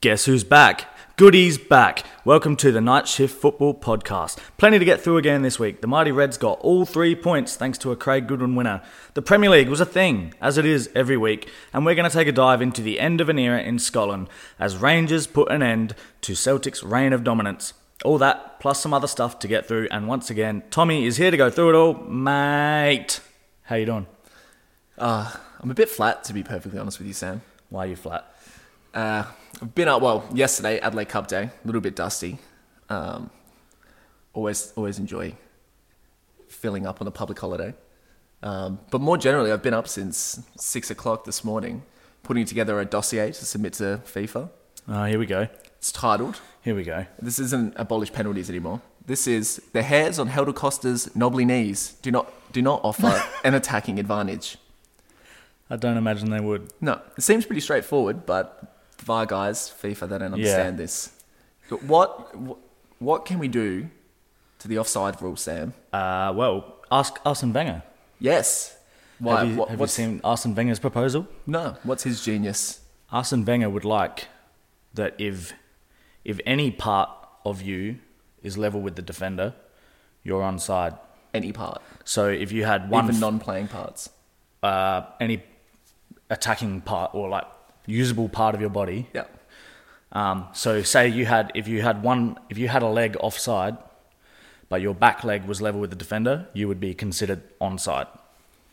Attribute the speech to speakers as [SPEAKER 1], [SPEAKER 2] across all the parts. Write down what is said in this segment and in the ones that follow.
[SPEAKER 1] Guess who's back? Goody's back. Welcome to the Night Shift Football Podcast. Plenty to get through again this week. The Mighty Reds got all three points thanks to a Craig Goodwin winner. The Premier League was a thing, as it is every week, and we're going to take a dive into the end of an era in Scotland as Rangers put an end to Celtic's reign of dominance. All that, plus some other stuff to get through, and once again, Tommy is here to go through it all. Mate, how you doing?
[SPEAKER 2] I'm a bit flat, to be perfectly honest with you, Sam.
[SPEAKER 1] Why are you flat?
[SPEAKER 2] Uh, I've been up well yesterday, Adelaide Cup Day, a little bit dusty. Um, always, always enjoy filling up on a public holiday. Um, but more generally, I've been up since six o'clock this morning, putting together a dossier to submit to FIFA.
[SPEAKER 1] Oh, here we go.
[SPEAKER 2] It's titled
[SPEAKER 1] Here we go.
[SPEAKER 2] This isn't abolish penalties anymore. This is the hairs on Helder Costa's knobbly knees do not do not offer an attacking advantage.
[SPEAKER 1] I don't imagine they would.
[SPEAKER 2] No, it seems pretty straightforward, but VAR guys, FIFA, they don't understand this. But what wh- what can we do to the offside rule, Sam?
[SPEAKER 1] Uh, well, ask Arsene Wenger.
[SPEAKER 2] Yes. Why?
[SPEAKER 1] Have you,
[SPEAKER 2] what,
[SPEAKER 1] have you
[SPEAKER 2] what's
[SPEAKER 1] seen Arsene Wenger's proposal?
[SPEAKER 2] no? What's his genius?
[SPEAKER 1] Arsene Wenger would like that if if any part of you is level with the defender, you're onside.
[SPEAKER 2] Any part,
[SPEAKER 1] So if you had one
[SPEAKER 2] even
[SPEAKER 1] f-
[SPEAKER 2] non-playing parts.
[SPEAKER 1] uh, any attacking part or like usable part of your body.
[SPEAKER 2] Yeah.
[SPEAKER 1] Um, so say you had if you had one if you had a leg offside, but your back leg was level with the defender, you would be considered onside.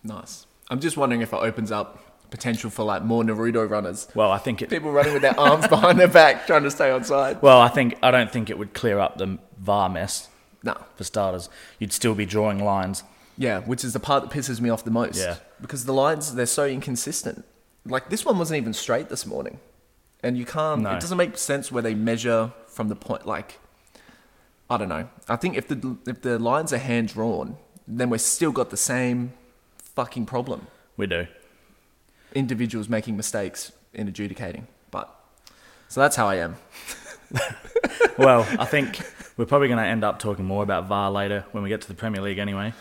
[SPEAKER 2] Nice. I'm just wondering if it opens up potential for like more Naruto runners,
[SPEAKER 1] Well, I think it.
[SPEAKER 2] people running with their arms behind their back trying to stay onside.
[SPEAKER 1] Well, I think I don't think it would clear up the VAR mess.
[SPEAKER 2] No.
[SPEAKER 1] for starters. You'd still be drawing lines.
[SPEAKER 2] Yeah, which is the part that pisses me off the most.
[SPEAKER 1] Yeah.
[SPEAKER 2] Because the lines, they're so inconsistent. Like this one wasn't even straight this morning. And you can't,
[SPEAKER 1] No.
[SPEAKER 2] it doesn't make sense where they measure from the point, like, I don't know. I think if the, if the lines are hand drawn, then we've still got the same fucking problem.
[SPEAKER 1] We do.
[SPEAKER 2] Individuals making mistakes in adjudicating. But, so that's how I am.
[SPEAKER 1] Well, I think we're probably going to end up talking more about VAR later when we get to the Premier League anyway.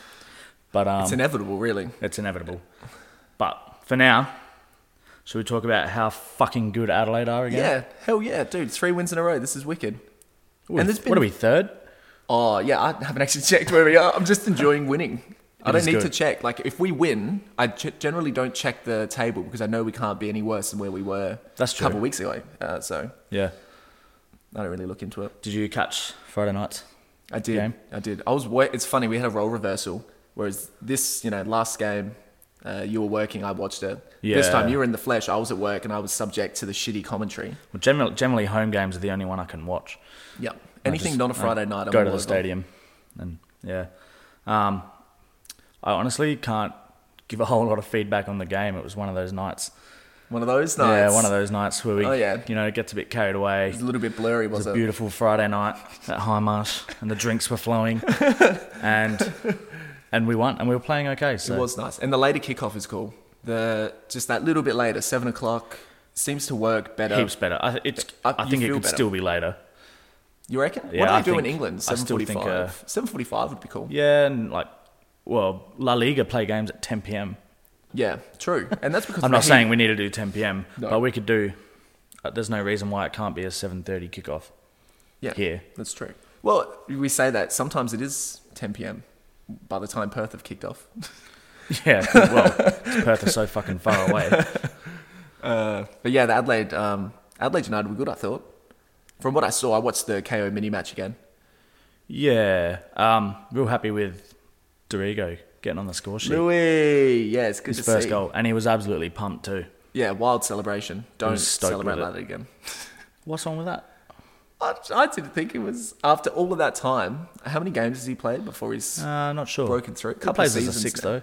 [SPEAKER 1] But um,
[SPEAKER 2] It's
[SPEAKER 1] it's,
[SPEAKER 2] inevitable, really.
[SPEAKER 1] inevitable. But for now, should we talk about how fucking good Adelaide are
[SPEAKER 2] Yeah.
[SPEAKER 1] again?
[SPEAKER 2] hell yeah, dude. Three wins in a row. This is wicked.
[SPEAKER 1] What,
[SPEAKER 2] And
[SPEAKER 1] are we-
[SPEAKER 2] there's been-
[SPEAKER 1] what are we, third?
[SPEAKER 2] Oh yeah, I haven't actually checked where we are. I'm just enjoying winning. I
[SPEAKER 1] It
[SPEAKER 2] don't
[SPEAKER 1] is
[SPEAKER 2] need to
[SPEAKER 1] good.
[SPEAKER 2] check. Like if we win, I ch- generally don't check the table because I know we can't be any worse than where we were
[SPEAKER 1] That's
[SPEAKER 2] a couple
[SPEAKER 1] true.
[SPEAKER 2] weeks ago. Uh, so
[SPEAKER 1] Yeah.
[SPEAKER 2] I don't really look into it.
[SPEAKER 1] Did you catch Friday night?
[SPEAKER 2] I did.
[SPEAKER 1] Game.
[SPEAKER 2] I did. I was. Wa- it's funny. We had a role reversal. Whereas this, you know, last game, uh, you were working. I watched it. This
[SPEAKER 1] Yeah.
[SPEAKER 2] time you were in the flesh. I was at work and I was subject to the shitty commentary.
[SPEAKER 1] Well, generally, generally home games are the only one I can watch.
[SPEAKER 2] Yep.
[SPEAKER 1] I
[SPEAKER 2] Anything
[SPEAKER 1] just-
[SPEAKER 2] not a
[SPEAKER 1] I
[SPEAKER 2] Friday night. I'm
[SPEAKER 1] Go
[SPEAKER 2] all
[SPEAKER 1] to the
[SPEAKER 2] over.
[SPEAKER 1] stadium, and yeah, um, I honestly can't give a whole lot of feedback on the game. It was one of those nights.
[SPEAKER 2] One of those nights.
[SPEAKER 1] Yeah, one of those nights where we,
[SPEAKER 2] Oh, yeah.
[SPEAKER 1] you know, it gets a bit carried away.
[SPEAKER 2] It was a little bit blurry,
[SPEAKER 1] It was
[SPEAKER 2] was
[SPEAKER 1] a
[SPEAKER 2] it?
[SPEAKER 1] beautiful Friday night at High Marsh, and the drinks were flowing, and and we won, and we were playing okay. So
[SPEAKER 2] It was nice, and the later kickoff is cool. The just that little bit later, seven o'clock, seems to work better.
[SPEAKER 1] heaps better. I, it's,
[SPEAKER 2] I-
[SPEAKER 1] I
[SPEAKER 2] you
[SPEAKER 1] think it
[SPEAKER 2] feel
[SPEAKER 1] could
[SPEAKER 2] better.
[SPEAKER 1] still be later.
[SPEAKER 2] You reckon?
[SPEAKER 1] Yeah,
[SPEAKER 2] what do they
[SPEAKER 1] I
[SPEAKER 2] do in
[SPEAKER 1] think-
[SPEAKER 2] England?
[SPEAKER 1] I
[SPEAKER 2] Seven
[SPEAKER 1] still think,
[SPEAKER 2] forty-five.
[SPEAKER 1] uh,
[SPEAKER 2] Seven forty-five would be cool. Yeah,
[SPEAKER 1] Yeah, and like, well, La Liga play games at 10 p.m.
[SPEAKER 2] true. And that's because
[SPEAKER 1] I'm
[SPEAKER 2] the
[SPEAKER 1] not
[SPEAKER 2] heat-
[SPEAKER 1] saying we need to do 10 p.m.,
[SPEAKER 2] No.
[SPEAKER 1] but we could do. Uh, there's no reason why it can't be a 7:30 kickoff.
[SPEAKER 2] yeah,
[SPEAKER 1] here.
[SPEAKER 2] That's true. Well, we say that sometimes it is ten p.m. by the time Perth have kicked off.
[SPEAKER 1] Yeah, well, Perth is so fucking far away.
[SPEAKER 2] Uh, but yeah, the Adelaide um, Adelaide United were good. I thought. From what I saw, I watched the KO mini match again.
[SPEAKER 1] Yeah, um, real happy with Dorigo getting on the score sheet.
[SPEAKER 2] Louis, yeah, it's good
[SPEAKER 1] His
[SPEAKER 2] to
[SPEAKER 1] first
[SPEAKER 2] see.
[SPEAKER 1] goal, and he was absolutely pumped too.
[SPEAKER 2] Yeah, wild celebration. Don't
[SPEAKER 1] was stoked
[SPEAKER 2] celebrate
[SPEAKER 1] with it.
[SPEAKER 2] that again.
[SPEAKER 1] What's wrong with that?
[SPEAKER 2] I, I didn't think it was after all of that time. How many games has he played before he's?
[SPEAKER 1] Uh, not sure.
[SPEAKER 2] Broken through.
[SPEAKER 1] He plays as a
[SPEAKER 2] Seasons
[SPEAKER 1] six
[SPEAKER 2] now.
[SPEAKER 1] though.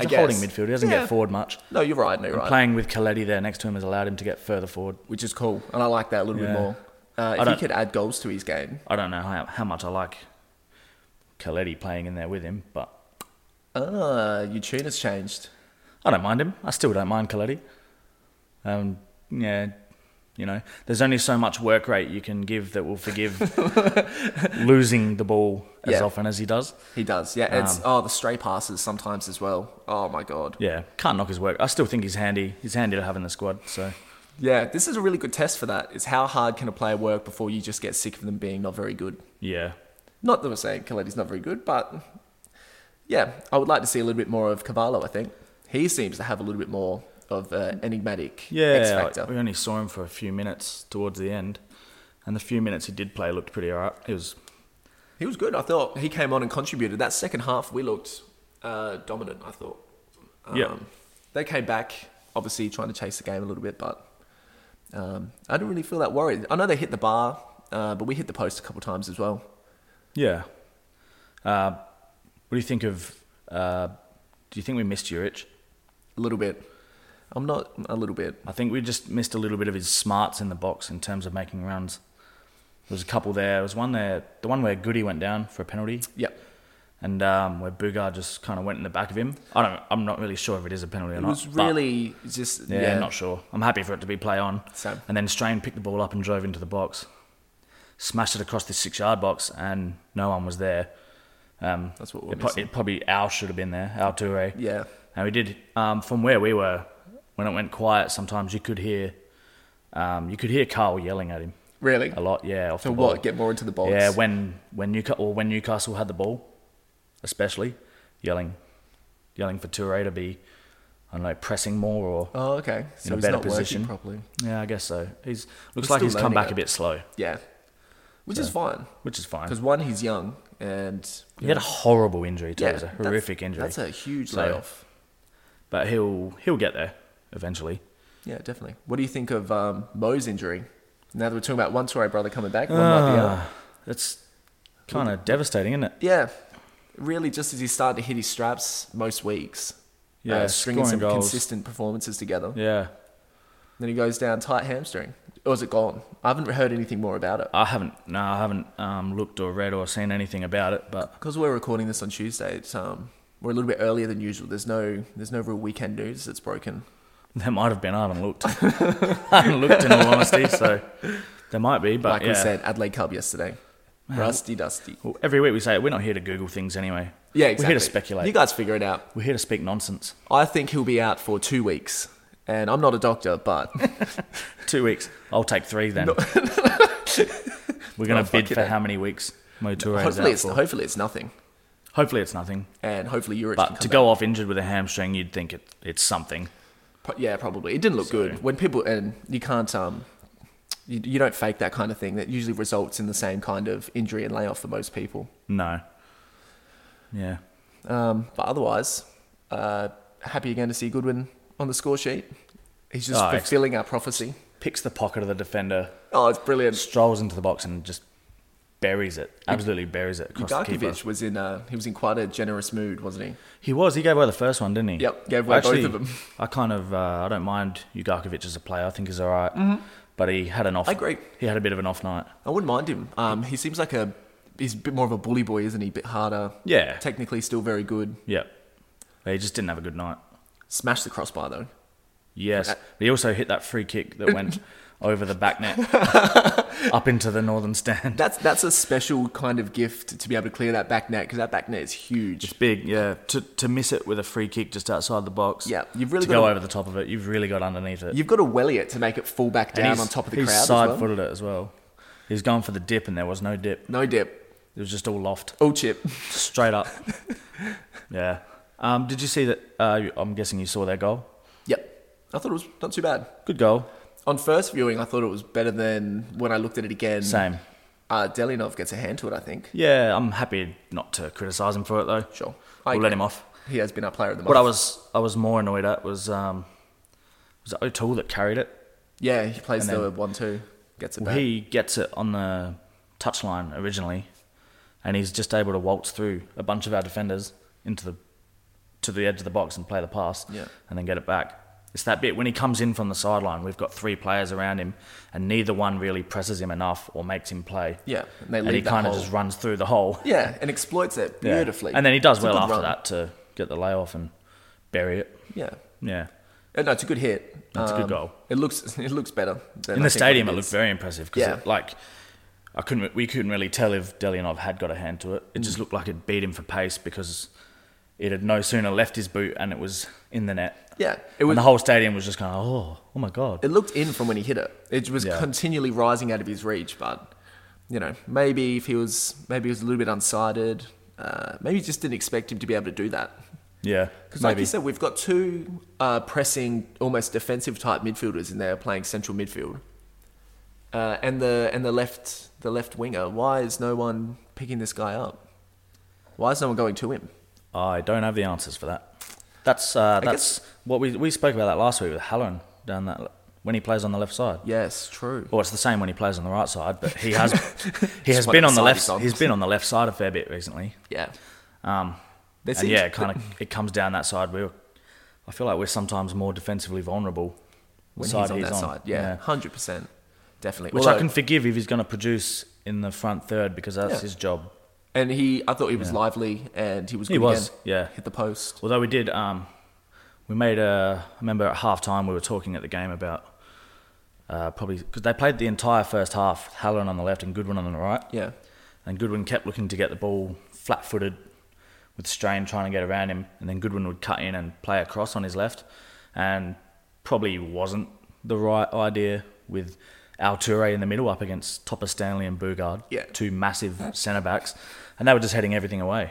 [SPEAKER 2] I
[SPEAKER 1] He's a holding
[SPEAKER 2] guess.
[SPEAKER 1] midfield. He doesn't
[SPEAKER 2] Yeah.
[SPEAKER 1] get forward much.
[SPEAKER 2] no, you're right. No, you're right.
[SPEAKER 1] Playing with Coletti there next to him has allowed him to get further forward.
[SPEAKER 2] Which is cool, and I like that a little
[SPEAKER 1] Yeah.
[SPEAKER 2] bit more. Uh,
[SPEAKER 1] I
[SPEAKER 2] if he
[SPEAKER 1] don't-
[SPEAKER 2] could add goals to his game,
[SPEAKER 1] I don't know how, how much I like Coletti playing in there with him, but
[SPEAKER 2] uh, your tune has changed.
[SPEAKER 1] I don't mind him. I still don't mind Coletti. Um, yeah, you know, there's only so much work rate you can give that will forgive losing the ball as
[SPEAKER 2] Yeah.
[SPEAKER 1] often as he does.
[SPEAKER 2] He does, yeah. and
[SPEAKER 1] Um,
[SPEAKER 2] It's oh the stray passes sometimes as well. Oh my god,
[SPEAKER 1] Yeah, can't knock his work. I still think he's handy. He's handy to have in the squad. So
[SPEAKER 2] Yeah, this is a really good test for that. Is how hard can a player work before you just get sick of them being not very good?
[SPEAKER 1] Yeah.
[SPEAKER 2] Not that we're saying Coletti's not very good, but yeah, I would like to see a little bit more of Cavallo. I think he seems to have a little bit more of an enigmatic
[SPEAKER 1] Yeah.
[SPEAKER 2] X factor.
[SPEAKER 1] We only saw him for a few minutes towards the end. And the few minutes he did play looked pretty alright. It was
[SPEAKER 2] He was good. I thought he came on and contributed. That second half, we looked uh, dominant. I thought. Um,
[SPEAKER 1] Yeah.
[SPEAKER 2] They came back, obviously trying to chase the game a little bit, but um, I didn't really feel that worried. I know they hit the bar, uh, but we hit the post a couple times as well.
[SPEAKER 1] Yeah. Uh, what do you think of? Uh, do you think we missed Juric?
[SPEAKER 2] A little bit. I'm not a little bit.
[SPEAKER 1] I think we just missed a little bit of his smarts in the box in terms of making runs. There was a couple there. There was one there, the one where Goody went down for a penalty,
[SPEAKER 2] Yep.
[SPEAKER 1] and um, where Bugard just kind of went in the back of him. I don't. I'm not really sure if it is a penalty or
[SPEAKER 2] It
[SPEAKER 1] not.
[SPEAKER 2] was
[SPEAKER 1] but-
[SPEAKER 2] really just
[SPEAKER 1] yeah,
[SPEAKER 2] yeah.
[SPEAKER 1] not sure. I'm happy for it to be play on.
[SPEAKER 2] Same.
[SPEAKER 1] And then Strain picked the ball up and drove into the box, smashed it across the six yard box, and no one was there. Um,
[SPEAKER 2] That's what we're
[SPEAKER 1] it, pro-
[SPEAKER 2] missing.
[SPEAKER 1] it probably Al should have been there. Al Toure.
[SPEAKER 2] yeah.
[SPEAKER 1] And we did um, from where we were. When it went quiet, sometimes you could hear, um, you could hear Carl yelling at him
[SPEAKER 2] Really.
[SPEAKER 1] a lot. Yeah, off
[SPEAKER 2] So
[SPEAKER 1] the ball.
[SPEAKER 2] what? Get more into the box.
[SPEAKER 1] Yeah, when when Newcastle or when Newcastle had the ball, especially yelling, yelling for Toure to be, I don't know, pressing more or
[SPEAKER 2] oh, okay.
[SPEAKER 1] a
[SPEAKER 2] So he's
[SPEAKER 1] better
[SPEAKER 2] not
[SPEAKER 1] position.
[SPEAKER 2] working properly.
[SPEAKER 1] yeah, I guess so. He's looks
[SPEAKER 2] We're
[SPEAKER 1] like
[SPEAKER 2] still
[SPEAKER 1] he's come
[SPEAKER 2] learning
[SPEAKER 1] back
[SPEAKER 2] it.
[SPEAKER 1] a bit slow,
[SPEAKER 2] Yeah. Which is fine.
[SPEAKER 1] which is fine.
[SPEAKER 2] Because one, he's young, and
[SPEAKER 1] He had a horrible injury too. it was a
[SPEAKER 2] that's-
[SPEAKER 1] horrific injury.
[SPEAKER 2] That's a huge
[SPEAKER 1] So-
[SPEAKER 2] layoff.
[SPEAKER 1] but he'll he'll get there eventually.
[SPEAKER 2] Yeah, definitely. What do you think of um, Mo's injury? Now that we're talking about one Torre brother coming back, one might be out.
[SPEAKER 1] Ah, that's kind of devastating, isn't it?
[SPEAKER 2] Yeah, really, just as he started to hit his straps most weeks, uh,
[SPEAKER 1] Yeah,
[SPEAKER 2] stringing
[SPEAKER 1] scoring
[SPEAKER 2] some
[SPEAKER 1] goals.
[SPEAKER 2] consistent performances together.
[SPEAKER 1] Yeah,
[SPEAKER 2] Then he goes down tight hamstring, or is it gone? I haven't heard anything more about it
[SPEAKER 1] I haven't. No, I haven't um, looked or read or seen anything about it. But
[SPEAKER 2] because we're recording this on Tuesday. It's um, we're a little bit earlier than usual. There's no, there's no real weekend news that's broken.
[SPEAKER 1] there might have been. I haven't looked. I haven't looked in all honesty. So there might be. But
[SPEAKER 2] Like
[SPEAKER 1] yeah.
[SPEAKER 2] we said, Adelaide Cup yesterday, rusty dusty.
[SPEAKER 1] Well, every week we say it. We're not here to Google things anyway.
[SPEAKER 2] Yeah, exactly.
[SPEAKER 1] We're here to speculate.
[SPEAKER 2] You guys figure it out.
[SPEAKER 1] We're here to speak nonsense.
[SPEAKER 2] I think he'll be out for two weeks. And I'm not a doctor, but
[SPEAKER 1] Two weeks. I'll take three then. We're gonna
[SPEAKER 2] Oh, fuck
[SPEAKER 1] bid
[SPEAKER 2] it,
[SPEAKER 1] for
[SPEAKER 2] eh?
[SPEAKER 1] how many weeks? Mo Toure's
[SPEAKER 2] hopefully
[SPEAKER 1] out
[SPEAKER 2] it's
[SPEAKER 1] for.
[SPEAKER 2] hopefully it's nothing.
[SPEAKER 1] Hopefully it's nothing.
[SPEAKER 2] And hopefully Urich can
[SPEAKER 1] But
[SPEAKER 2] come
[SPEAKER 1] to go off injured with a hamstring, you'd think it, it's something.
[SPEAKER 2] back. Pro- yeah, probably it didn't look good when people and you can't um you, you don't fake that kind of thing. That usually results in the same kind of injury and layoff for most people.
[SPEAKER 1] No. Yeah.
[SPEAKER 2] Um, but otherwise, uh, happy again to see Goodwin on the score sheet. He's just
[SPEAKER 1] Oh, excellent.
[SPEAKER 2] fulfilling our prophecy.
[SPEAKER 1] Picks the pocket of the defender.
[SPEAKER 2] Oh, it's brilliant.
[SPEAKER 1] strolls into the box and just buries it. Absolutely buries it across the keeper.
[SPEAKER 2] Darkovic was in uh, he was in quite a generous mood, wasn't he?
[SPEAKER 1] He was. He gave away the first one, didn't he?
[SPEAKER 2] Yep, gave away both of them.
[SPEAKER 1] I kind of uh, I don't mind Ugarkovic as a player. I think he's all right. But he had an off.
[SPEAKER 2] I agree.
[SPEAKER 1] He had a bit of an off night.
[SPEAKER 2] I wouldn't mind him. Um, he seems like a he's a bit more of a bully boy, isn't he? bit harder.
[SPEAKER 1] Yeah.
[SPEAKER 2] Technically, still very good.
[SPEAKER 1] Yep. But he just didn't have a good night.
[SPEAKER 2] Smashed the crossbar though.
[SPEAKER 1] Yes. But he also hit that free kick that went over the back net up into the northern stand.
[SPEAKER 2] That's that's a special kind of gift to be able to clear that back net because that back net is huge.
[SPEAKER 1] It's big, yeah. To to miss it with a free kick just outside the box.
[SPEAKER 2] Yeah, you've really
[SPEAKER 1] to
[SPEAKER 2] got
[SPEAKER 1] go
[SPEAKER 2] to-
[SPEAKER 1] over the top of it. You've really got underneath it.
[SPEAKER 2] You've got to welly it to make it fall back
[SPEAKER 1] And
[SPEAKER 2] down
[SPEAKER 1] he's-
[SPEAKER 2] on top of the
[SPEAKER 1] he's
[SPEAKER 2] crowd. as
[SPEAKER 1] side
[SPEAKER 2] well.
[SPEAKER 1] footed it as well. He was going for the dip, and there was no dip.
[SPEAKER 2] No dip.
[SPEAKER 1] It was just all loft,
[SPEAKER 2] All chip.
[SPEAKER 1] straight up. yeah. Um, did you see that? Uh, you- I'm guessing you saw their goal.
[SPEAKER 2] Yep. I thought it was not too bad.
[SPEAKER 1] Good goal.
[SPEAKER 2] On first viewing, I thought it was better than when I looked at it again.
[SPEAKER 1] Same.
[SPEAKER 2] Uh, Delinov gets a hand to it, I think.
[SPEAKER 1] Yeah, I'm happy not to criticise him for it though.
[SPEAKER 2] Sure. I
[SPEAKER 1] We'll let him off.
[SPEAKER 2] He has been our player of the month.
[SPEAKER 1] What I was I was more annoyed at was um, was it O'Toole that carried it.
[SPEAKER 2] yeah, he plays
[SPEAKER 1] And
[SPEAKER 2] the one two, gets it
[SPEAKER 1] Well,
[SPEAKER 2] back.
[SPEAKER 1] he gets it on the touchline originally, and he's just able to waltz through a bunch of our defenders into the to the edge of the box and play the pass,
[SPEAKER 2] Yeah.
[SPEAKER 1] and then get it back. It's that bit when he comes in from the sideline. We've got three players around him, and neither one really presses him enough or makes him play.
[SPEAKER 2] Yeah, and they
[SPEAKER 1] and
[SPEAKER 2] leave
[SPEAKER 1] he
[SPEAKER 2] that
[SPEAKER 1] kind of
[SPEAKER 2] hole.
[SPEAKER 1] just runs through the hole
[SPEAKER 2] Yeah, and exploits it
[SPEAKER 1] Yeah.
[SPEAKER 2] beautifully.
[SPEAKER 1] And then he does
[SPEAKER 2] It's a
[SPEAKER 1] well
[SPEAKER 2] good
[SPEAKER 1] after
[SPEAKER 2] run.
[SPEAKER 1] that to get the layoff and bury it.
[SPEAKER 2] Yeah,
[SPEAKER 1] Yeah,
[SPEAKER 2] Uh, no, it's a good hit. Um,
[SPEAKER 1] That's a good goal.
[SPEAKER 2] It looks it looks better than
[SPEAKER 1] in
[SPEAKER 2] I
[SPEAKER 1] the
[SPEAKER 2] think
[SPEAKER 1] stadium
[SPEAKER 2] what
[SPEAKER 1] it
[SPEAKER 2] it
[SPEAKER 1] looked
[SPEAKER 2] is.
[SPEAKER 1] very impressive because
[SPEAKER 2] Yeah.
[SPEAKER 1] like I
[SPEAKER 2] Mm.
[SPEAKER 1] couldn't we couldn't really tell if Delianov had got a hand to it. It just looked like it beat him for pace because it had no sooner left his boot and it was in the net.
[SPEAKER 2] Yeah, it
[SPEAKER 1] It was,
[SPEAKER 2] was.
[SPEAKER 1] and the whole stadium was just kind of, oh, oh my God.
[SPEAKER 2] it looked in from when he hit it. It was
[SPEAKER 1] Yeah.
[SPEAKER 2] continually rising out of his reach, but you know, maybe if he was maybe he was a little bit unsighted, uh, maybe you just didn't expect him to be able to do that.
[SPEAKER 1] yeah.
[SPEAKER 2] Because like
[SPEAKER 1] Maybe.
[SPEAKER 2] you said, we've got two uh, pressing, almost defensive type midfielders in there playing central midfield, uh, and the and the left the left winger. Why is no one picking this guy up? Why is no one going to him?
[SPEAKER 1] I don't have the answers for that. That's uh, that's what we, we spoke about that last week with Halloran down that when he plays on the left side.
[SPEAKER 2] Yes, true.
[SPEAKER 1] Well, it's the same when he plays on the right side, but he has he has
[SPEAKER 2] Just
[SPEAKER 1] been
[SPEAKER 2] what
[SPEAKER 1] on the
[SPEAKER 2] side
[SPEAKER 1] left.
[SPEAKER 2] he's on.
[SPEAKER 1] He's been on the left side a fair bit recently.
[SPEAKER 2] Yeah,
[SPEAKER 1] Um,
[SPEAKER 2] There
[SPEAKER 1] and
[SPEAKER 2] seems-
[SPEAKER 1] yeah, it kind of it comes down that side. We, I feel like we're sometimes more defensively vulnerable the
[SPEAKER 2] when he's on that side, yeah, hundred percent, definitely.
[SPEAKER 1] which I
[SPEAKER 2] Although-
[SPEAKER 1] can forgive if he's going to produce in the front third because that's
[SPEAKER 2] Yeah.
[SPEAKER 1] his job.
[SPEAKER 2] And he, I thought he was lively, and he was. Good
[SPEAKER 1] He was,
[SPEAKER 2] again.
[SPEAKER 1] yeah.
[SPEAKER 2] Hit the post.
[SPEAKER 1] Although we did, um, we made a. I remember at half time we were talking at the game about uh, probably because they played the entire first half, Halloran on the left and Goodwin on the right,
[SPEAKER 2] Yeah,
[SPEAKER 1] and Goodwin kept looking to get the ball flat footed with Strain trying to get around him, and then Goodwin would cut in and play across on his left, and probably wasn't the right idea with. Alture in the middle up against Topper Stanley and Bugard,
[SPEAKER 2] Yeah.
[SPEAKER 1] two massive centre backs, and they were just heading everything away.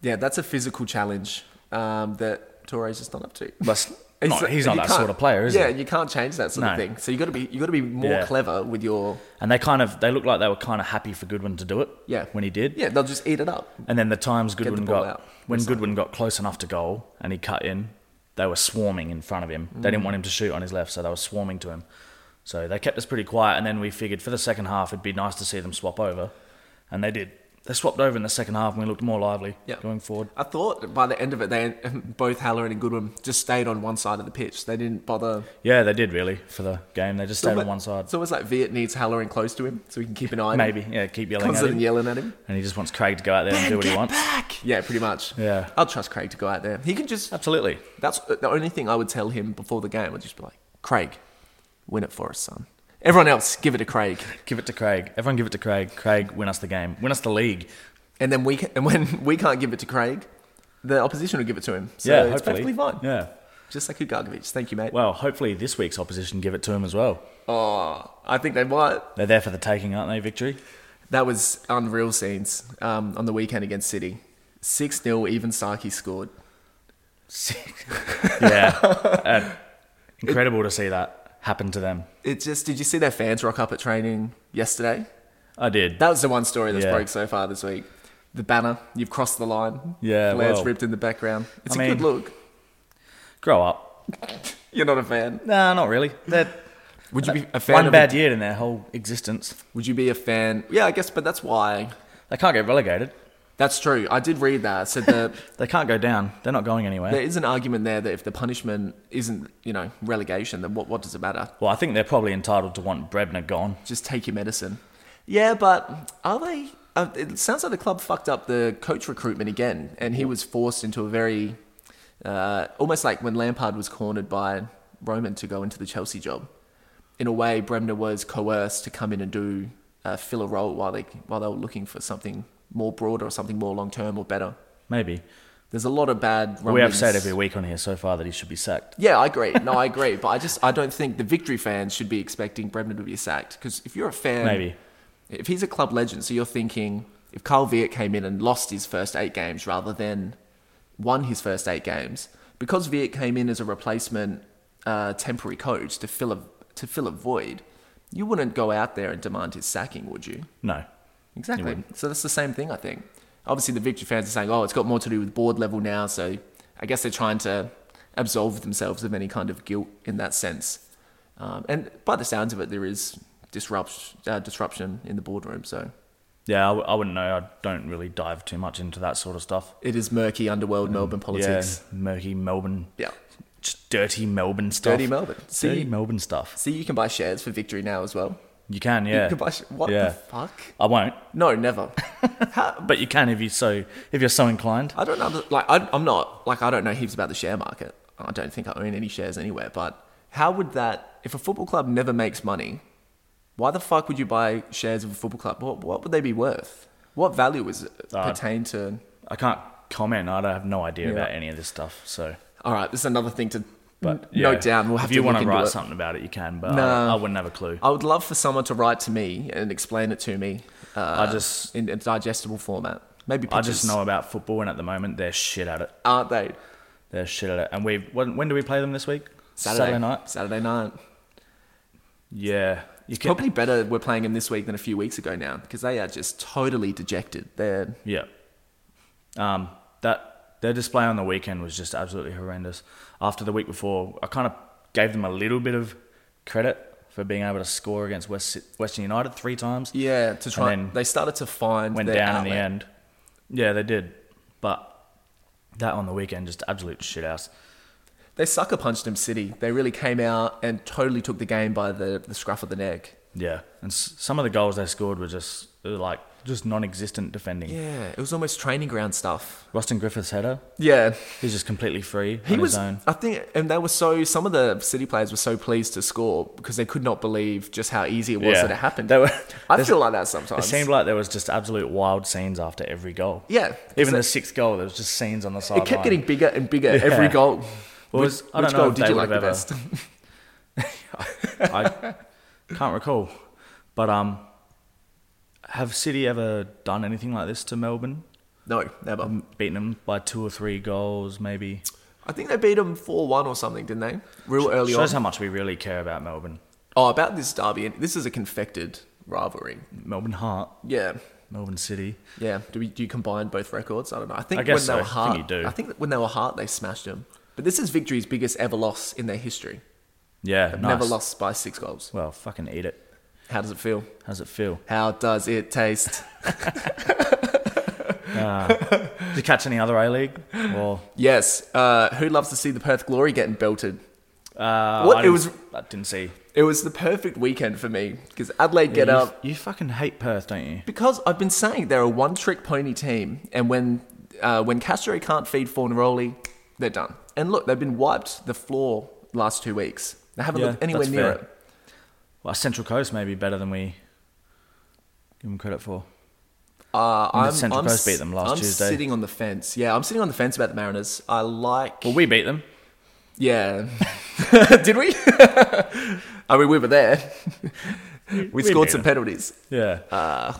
[SPEAKER 2] yeah. That's a physical challenge um, that Torres is not up to.
[SPEAKER 1] But he's not, he's
[SPEAKER 2] you
[SPEAKER 1] not that
[SPEAKER 2] can't-
[SPEAKER 1] sort of player, is he?
[SPEAKER 2] yeah, you can't change that sort
[SPEAKER 1] No.
[SPEAKER 2] of thing. So you got to be you got to be more
[SPEAKER 1] Yeah.
[SPEAKER 2] clever with your
[SPEAKER 1] And they kind of they looked like they were kind of happy for Goodwin to do it.
[SPEAKER 2] yeah
[SPEAKER 1] When he did.
[SPEAKER 2] Yeah, they'll just eat it up.
[SPEAKER 1] And then the times
[SPEAKER 2] the
[SPEAKER 1] Goodwin
[SPEAKER 2] ball
[SPEAKER 1] got
[SPEAKER 2] out.
[SPEAKER 1] when Goodwin got close enough to goal and he cut in, they were swarming in front of him. They
[SPEAKER 2] Mm.
[SPEAKER 1] didn't want him to shoot on his left, so they were swarming to him. So they kept us pretty quiet and then we figured for the second half it'd be nice to see them swap over. And they did. They swapped over in the second half and we looked more lively
[SPEAKER 2] Yeah.
[SPEAKER 1] going forward.
[SPEAKER 2] I thought by the end of it, they both Halloran and Goodwin just stayed on one side of the pitch. They didn't bother.
[SPEAKER 1] Yeah, they did really for the game. They just stayed on one side.
[SPEAKER 2] It's almost like Viet needs Halloran close to him so he can keep an eye. on him.
[SPEAKER 1] Maybe, yeah, keep yelling at
[SPEAKER 2] Constant
[SPEAKER 1] him.
[SPEAKER 2] yelling at him.
[SPEAKER 1] And he just wants Craig to go out there and do what he wants.
[SPEAKER 2] Yeah, pretty much.
[SPEAKER 1] Yeah.
[SPEAKER 2] I'll trust Craig to go out there. He can just
[SPEAKER 1] Absolutely.
[SPEAKER 2] That's the only thing I would tell him before the game. I'd just be like, Craig, win it for us, son. Everyone else, give it to Craig.
[SPEAKER 1] Give it to Craig. Everyone give it to Craig. Craig, win us the game. Win us the league.
[SPEAKER 2] And then we can, and when we can't give it to Craig, the opposition will give it to him. So
[SPEAKER 1] yeah,
[SPEAKER 2] it's
[SPEAKER 1] hopefully.
[SPEAKER 2] perfectly fine.
[SPEAKER 1] Yeah.
[SPEAKER 2] Just like Ugargovic. Thank you, mate.
[SPEAKER 1] Well, hopefully this week's opposition give it to him as well.
[SPEAKER 2] oh, I think they might.
[SPEAKER 1] They're there for the taking, aren't they, Victory?
[SPEAKER 2] That was unreal scenes um, on the weekend against City. 6 0, even Saki scored.
[SPEAKER 1] yeah. Uh, incredible to see that happen to them.
[SPEAKER 2] It just, did you see their fans rock up at training yesterday?
[SPEAKER 1] I did.
[SPEAKER 2] That was the one story that's
[SPEAKER 1] Yeah.
[SPEAKER 2] broke so far this week. The banner, you've crossed the line.
[SPEAKER 1] Yeah,
[SPEAKER 2] Flares
[SPEAKER 1] well.
[SPEAKER 2] ripped in the background.
[SPEAKER 1] I
[SPEAKER 2] It's a
[SPEAKER 1] mean-
[SPEAKER 2] good look.
[SPEAKER 1] Grow up.
[SPEAKER 2] You're not a fan.
[SPEAKER 1] Nah, not really. They're
[SPEAKER 2] Would you be a fan?
[SPEAKER 1] one
[SPEAKER 2] of
[SPEAKER 1] bad
[SPEAKER 2] A,
[SPEAKER 1] year in their whole existence.
[SPEAKER 2] would you be a fan? Yeah, I guess, but that's why.
[SPEAKER 1] They can't get relegated.
[SPEAKER 2] That's true. I did read that. So the,
[SPEAKER 1] They can't go down. They're not going anywhere.
[SPEAKER 2] there is an argument there that if the punishment isn't, you know, relegation, then what, what does it matter?
[SPEAKER 1] well, I think they're probably entitled to want Brebner gone.
[SPEAKER 2] Just take your medicine. Yeah, but are they? Uh, it sounds like the club fucked up the coach recruitment again, and he was forced into a very, uh, almost like when Lampard was cornered by Roman to go into the Chelsea job. In a way, Bremner was coerced to come in and do uh, fill a role while they while they were looking for something more broader or something more long term or better.
[SPEAKER 1] Maybe.
[SPEAKER 2] There's a lot of bad.
[SPEAKER 1] we have
[SPEAKER 2] rumblings.
[SPEAKER 1] said every week on here so far that he should be sacked.
[SPEAKER 2] Yeah, I agree. No, I agree. But I just I don't think the victory fans should be expecting Bremner to be sacked because if you're a fan,
[SPEAKER 1] Maybe.
[SPEAKER 2] if he's a club legend, so you're thinking if Carl Viet came in and lost his first eight games rather than won his first eight games, because Viet came in as a replacement uh, temporary coach to fill a to fill a void, you wouldn't go out there and demand his sacking, would you?
[SPEAKER 1] No.
[SPEAKER 2] Exactly.
[SPEAKER 1] wouldn't.
[SPEAKER 2] So that's the same thing, I think. Obviously, the victory fans are saying, "Oh, it's got more to do with board level now." So I guess they're trying to absolve themselves of any kind of guilt in that sense. Um, and by the sounds of it, there is disrupt, uh, disruption in the boardroom. So
[SPEAKER 1] Yeah, I, w- I wouldn't know. I don't really dive too much into that sort of stuff.
[SPEAKER 2] it is murky underworld Melbourne politics.
[SPEAKER 1] Mm, Yeah, murky Melbourne.
[SPEAKER 2] Yeah.
[SPEAKER 1] Just dirty Melbourne stuff.
[SPEAKER 2] Dirty Melbourne. See,
[SPEAKER 1] Dirty Melbourne stuff.
[SPEAKER 2] see, you can buy shares for victory now as well.
[SPEAKER 1] You can, yeah.
[SPEAKER 2] You can buy sh- what
[SPEAKER 1] Yeah.
[SPEAKER 2] the fuck?
[SPEAKER 1] I won't,
[SPEAKER 2] No, never. How,
[SPEAKER 1] but you can if you so if you're so inclined.
[SPEAKER 2] I don't know. Like, I, I'm not like I don't know heaps about the share market. I don't think I own any shares anywhere. But how would that? If a football club never makes money, why the fuck would you buy shares of a football club? What, what would they be worth? What value is it
[SPEAKER 1] Uh,
[SPEAKER 2] pertain to?
[SPEAKER 1] I can't comment. I don't have no idea about any of this stuff. So,
[SPEAKER 2] All right, this is another thing to
[SPEAKER 1] but
[SPEAKER 2] n- note
[SPEAKER 1] yeah,
[SPEAKER 2] down. We'll
[SPEAKER 1] if
[SPEAKER 2] have to
[SPEAKER 1] you
[SPEAKER 2] look
[SPEAKER 1] want to
[SPEAKER 2] into
[SPEAKER 1] write
[SPEAKER 2] it.
[SPEAKER 1] something about it, you can. But
[SPEAKER 2] No.
[SPEAKER 1] I, I wouldn't have a clue.
[SPEAKER 2] I would love for someone to write to me and explain it to me. Uh,
[SPEAKER 1] I just-
[SPEAKER 2] in a digestible format. Maybe
[SPEAKER 1] I
[SPEAKER 2] pictures.
[SPEAKER 1] just know about football, and at the moment they're shit at it.
[SPEAKER 2] aren't they?
[SPEAKER 1] They're shit at it. And we when, when do we play them this week?
[SPEAKER 2] Saturday,
[SPEAKER 1] night.
[SPEAKER 2] Saturday night.
[SPEAKER 1] Yeah, you can.
[SPEAKER 2] Probably better we're playing them this week than a few weeks ago now because they are just totally dejected. They're
[SPEAKER 1] Yeah. Um, that their display on the weekend was just absolutely horrendous. After the week before, I kind of gave them a little bit of credit for being able to score against West Western United three times.
[SPEAKER 2] yeah to try.
[SPEAKER 1] then
[SPEAKER 2] they started to find
[SPEAKER 1] went
[SPEAKER 2] their
[SPEAKER 1] down
[SPEAKER 2] outlet.
[SPEAKER 1] in the end. Yeah, they did. But that on the weekend just absolute shit house.
[SPEAKER 2] They sucker punched him City. They really came out and totally took the game by the, the scruff of the neck.
[SPEAKER 1] Yeah, and s- some of the goals they scored were just they were like just non-existent defending.
[SPEAKER 2] Yeah, it was almost training ground stuff.
[SPEAKER 1] Rustin Griffiths header,
[SPEAKER 2] Yeah,
[SPEAKER 1] he's just completely free
[SPEAKER 2] he
[SPEAKER 1] on
[SPEAKER 2] was.
[SPEAKER 1] his own.
[SPEAKER 2] I think, and they were so. Some of the City players were so pleased to score because they could not believe just how easy it was
[SPEAKER 1] Yeah.
[SPEAKER 2] that it happened.
[SPEAKER 1] They were-
[SPEAKER 2] I
[SPEAKER 1] this-
[SPEAKER 2] feel like that
[SPEAKER 1] It
[SPEAKER 2] sometimes.
[SPEAKER 1] seemed like there was just absolute wild scenes after every goal.
[SPEAKER 2] yeah,
[SPEAKER 1] Even the sixth goal, there was just scenes on the
[SPEAKER 2] it
[SPEAKER 1] sideline.
[SPEAKER 2] kept getting bigger and bigger every
[SPEAKER 1] Yeah.
[SPEAKER 2] goal.
[SPEAKER 1] Well,
[SPEAKER 2] which
[SPEAKER 1] it's- I don't
[SPEAKER 2] which
[SPEAKER 1] know
[SPEAKER 2] goal
[SPEAKER 1] if
[SPEAKER 2] did
[SPEAKER 1] they
[SPEAKER 2] you like
[SPEAKER 1] would've
[SPEAKER 2] the
[SPEAKER 1] ever-
[SPEAKER 2] best?
[SPEAKER 1] I can't recall, but um, have City ever done anything like this to Melbourne?
[SPEAKER 2] no, never.
[SPEAKER 1] Beaten them by two or three goals, maybe.
[SPEAKER 2] Um, I think they beat them four one or something, didn't they? Real early on.
[SPEAKER 1] Shows how much we really care about Melbourne.
[SPEAKER 2] Oh, about this derby. and This is a confected rivalry.
[SPEAKER 1] Melbourne Heart,
[SPEAKER 2] Yeah.
[SPEAKER 1] Melbourne City.
[SPEAKER 2] Yeah. Do, we, do you combine both records? I don't know. I think
[SPEAKER 1] I guess
[SPEAKER 2] when
[SPEAKER 1] so. I
[SPEAKER 2] they were
[SPEAKER 1] think
[SPEAKER 2] hard,
[SPEAKER 1] you do.
[SPEAKER 2] I think that when they were hard, they smashed them. But this is victory's biggest ever loss in their history.
[SPEAKER 1] Yeah,
[SPEAKER 2] They've
[SPEAKER 1] nice.
[SPEAKER 2] never lost by six goals.
[SPEAKER 1] Well, fucking eat it.
[SPEAKER 2] How does it feel?
[SPEAKER 1] How's it feel?
[SPEAKER 2] How does it taste?
[SPEAKER 1] Did you catch any other A League? Well,
[SPEAKER 2] yes. Uh, who loves to see the Perth Glory getting belted?
[SPEAKER 1] uh,
[SPEAKER 2] What?
[SPEAKER 1] I
[SPEAKER 2] It
[SPEAKER 1] didn't-
[SPEAKER 2] was-
[SPEAKER 1] I didn't see.
[SPEAKER 2] It was the perfect weekend for me because Adelaide get
[SPEAKER 1] you,
[SPEAKER 2] up
[SPEAKER 1] You fucking hate Perth, don't you?
[SPEAKER 2] because I've been saying they're a one-trick pony team, and when uh, when Castro can't feed Fornaroli, they're done. And look, they've been wiped the floor last two weeks. They haven't
[SPEAKER 1] Yeah,
[SPEAKER 2] looked anywhere
[SPEAKER 1] that's fair.
[SPEAKER 2] near it.
[SPEAKER 1] Well, Central Coast may be better than we give them credit for.
[SPEAKER 2] Uh,
[SPEAKER 1] mean, the
[SPEAKER 2] I'm,
[SPEAKER 1] Central
[SPEAKER 2] I'm
[SPEAKER 1] Coast beat
[SPEAKER 2] s-
[SPEAKER 1] them last
[SPEAKER 2] I'm
[SPEAKER 1] Tuesday.
[SPEAKER 2] sitting on the fence. Yeah, I'm sitting on the fence about the Mariners. I like.
[SPEAKER 1] Well, we beat them.
[SPEAKER 2] Yeah, did we? I mean, we were there. we, scored
[SPEAKER 1] knew.
[SPEAKER 2] some penalties.
[SPEAKER 1] Yeah.
[SPEAKER 2] Ah.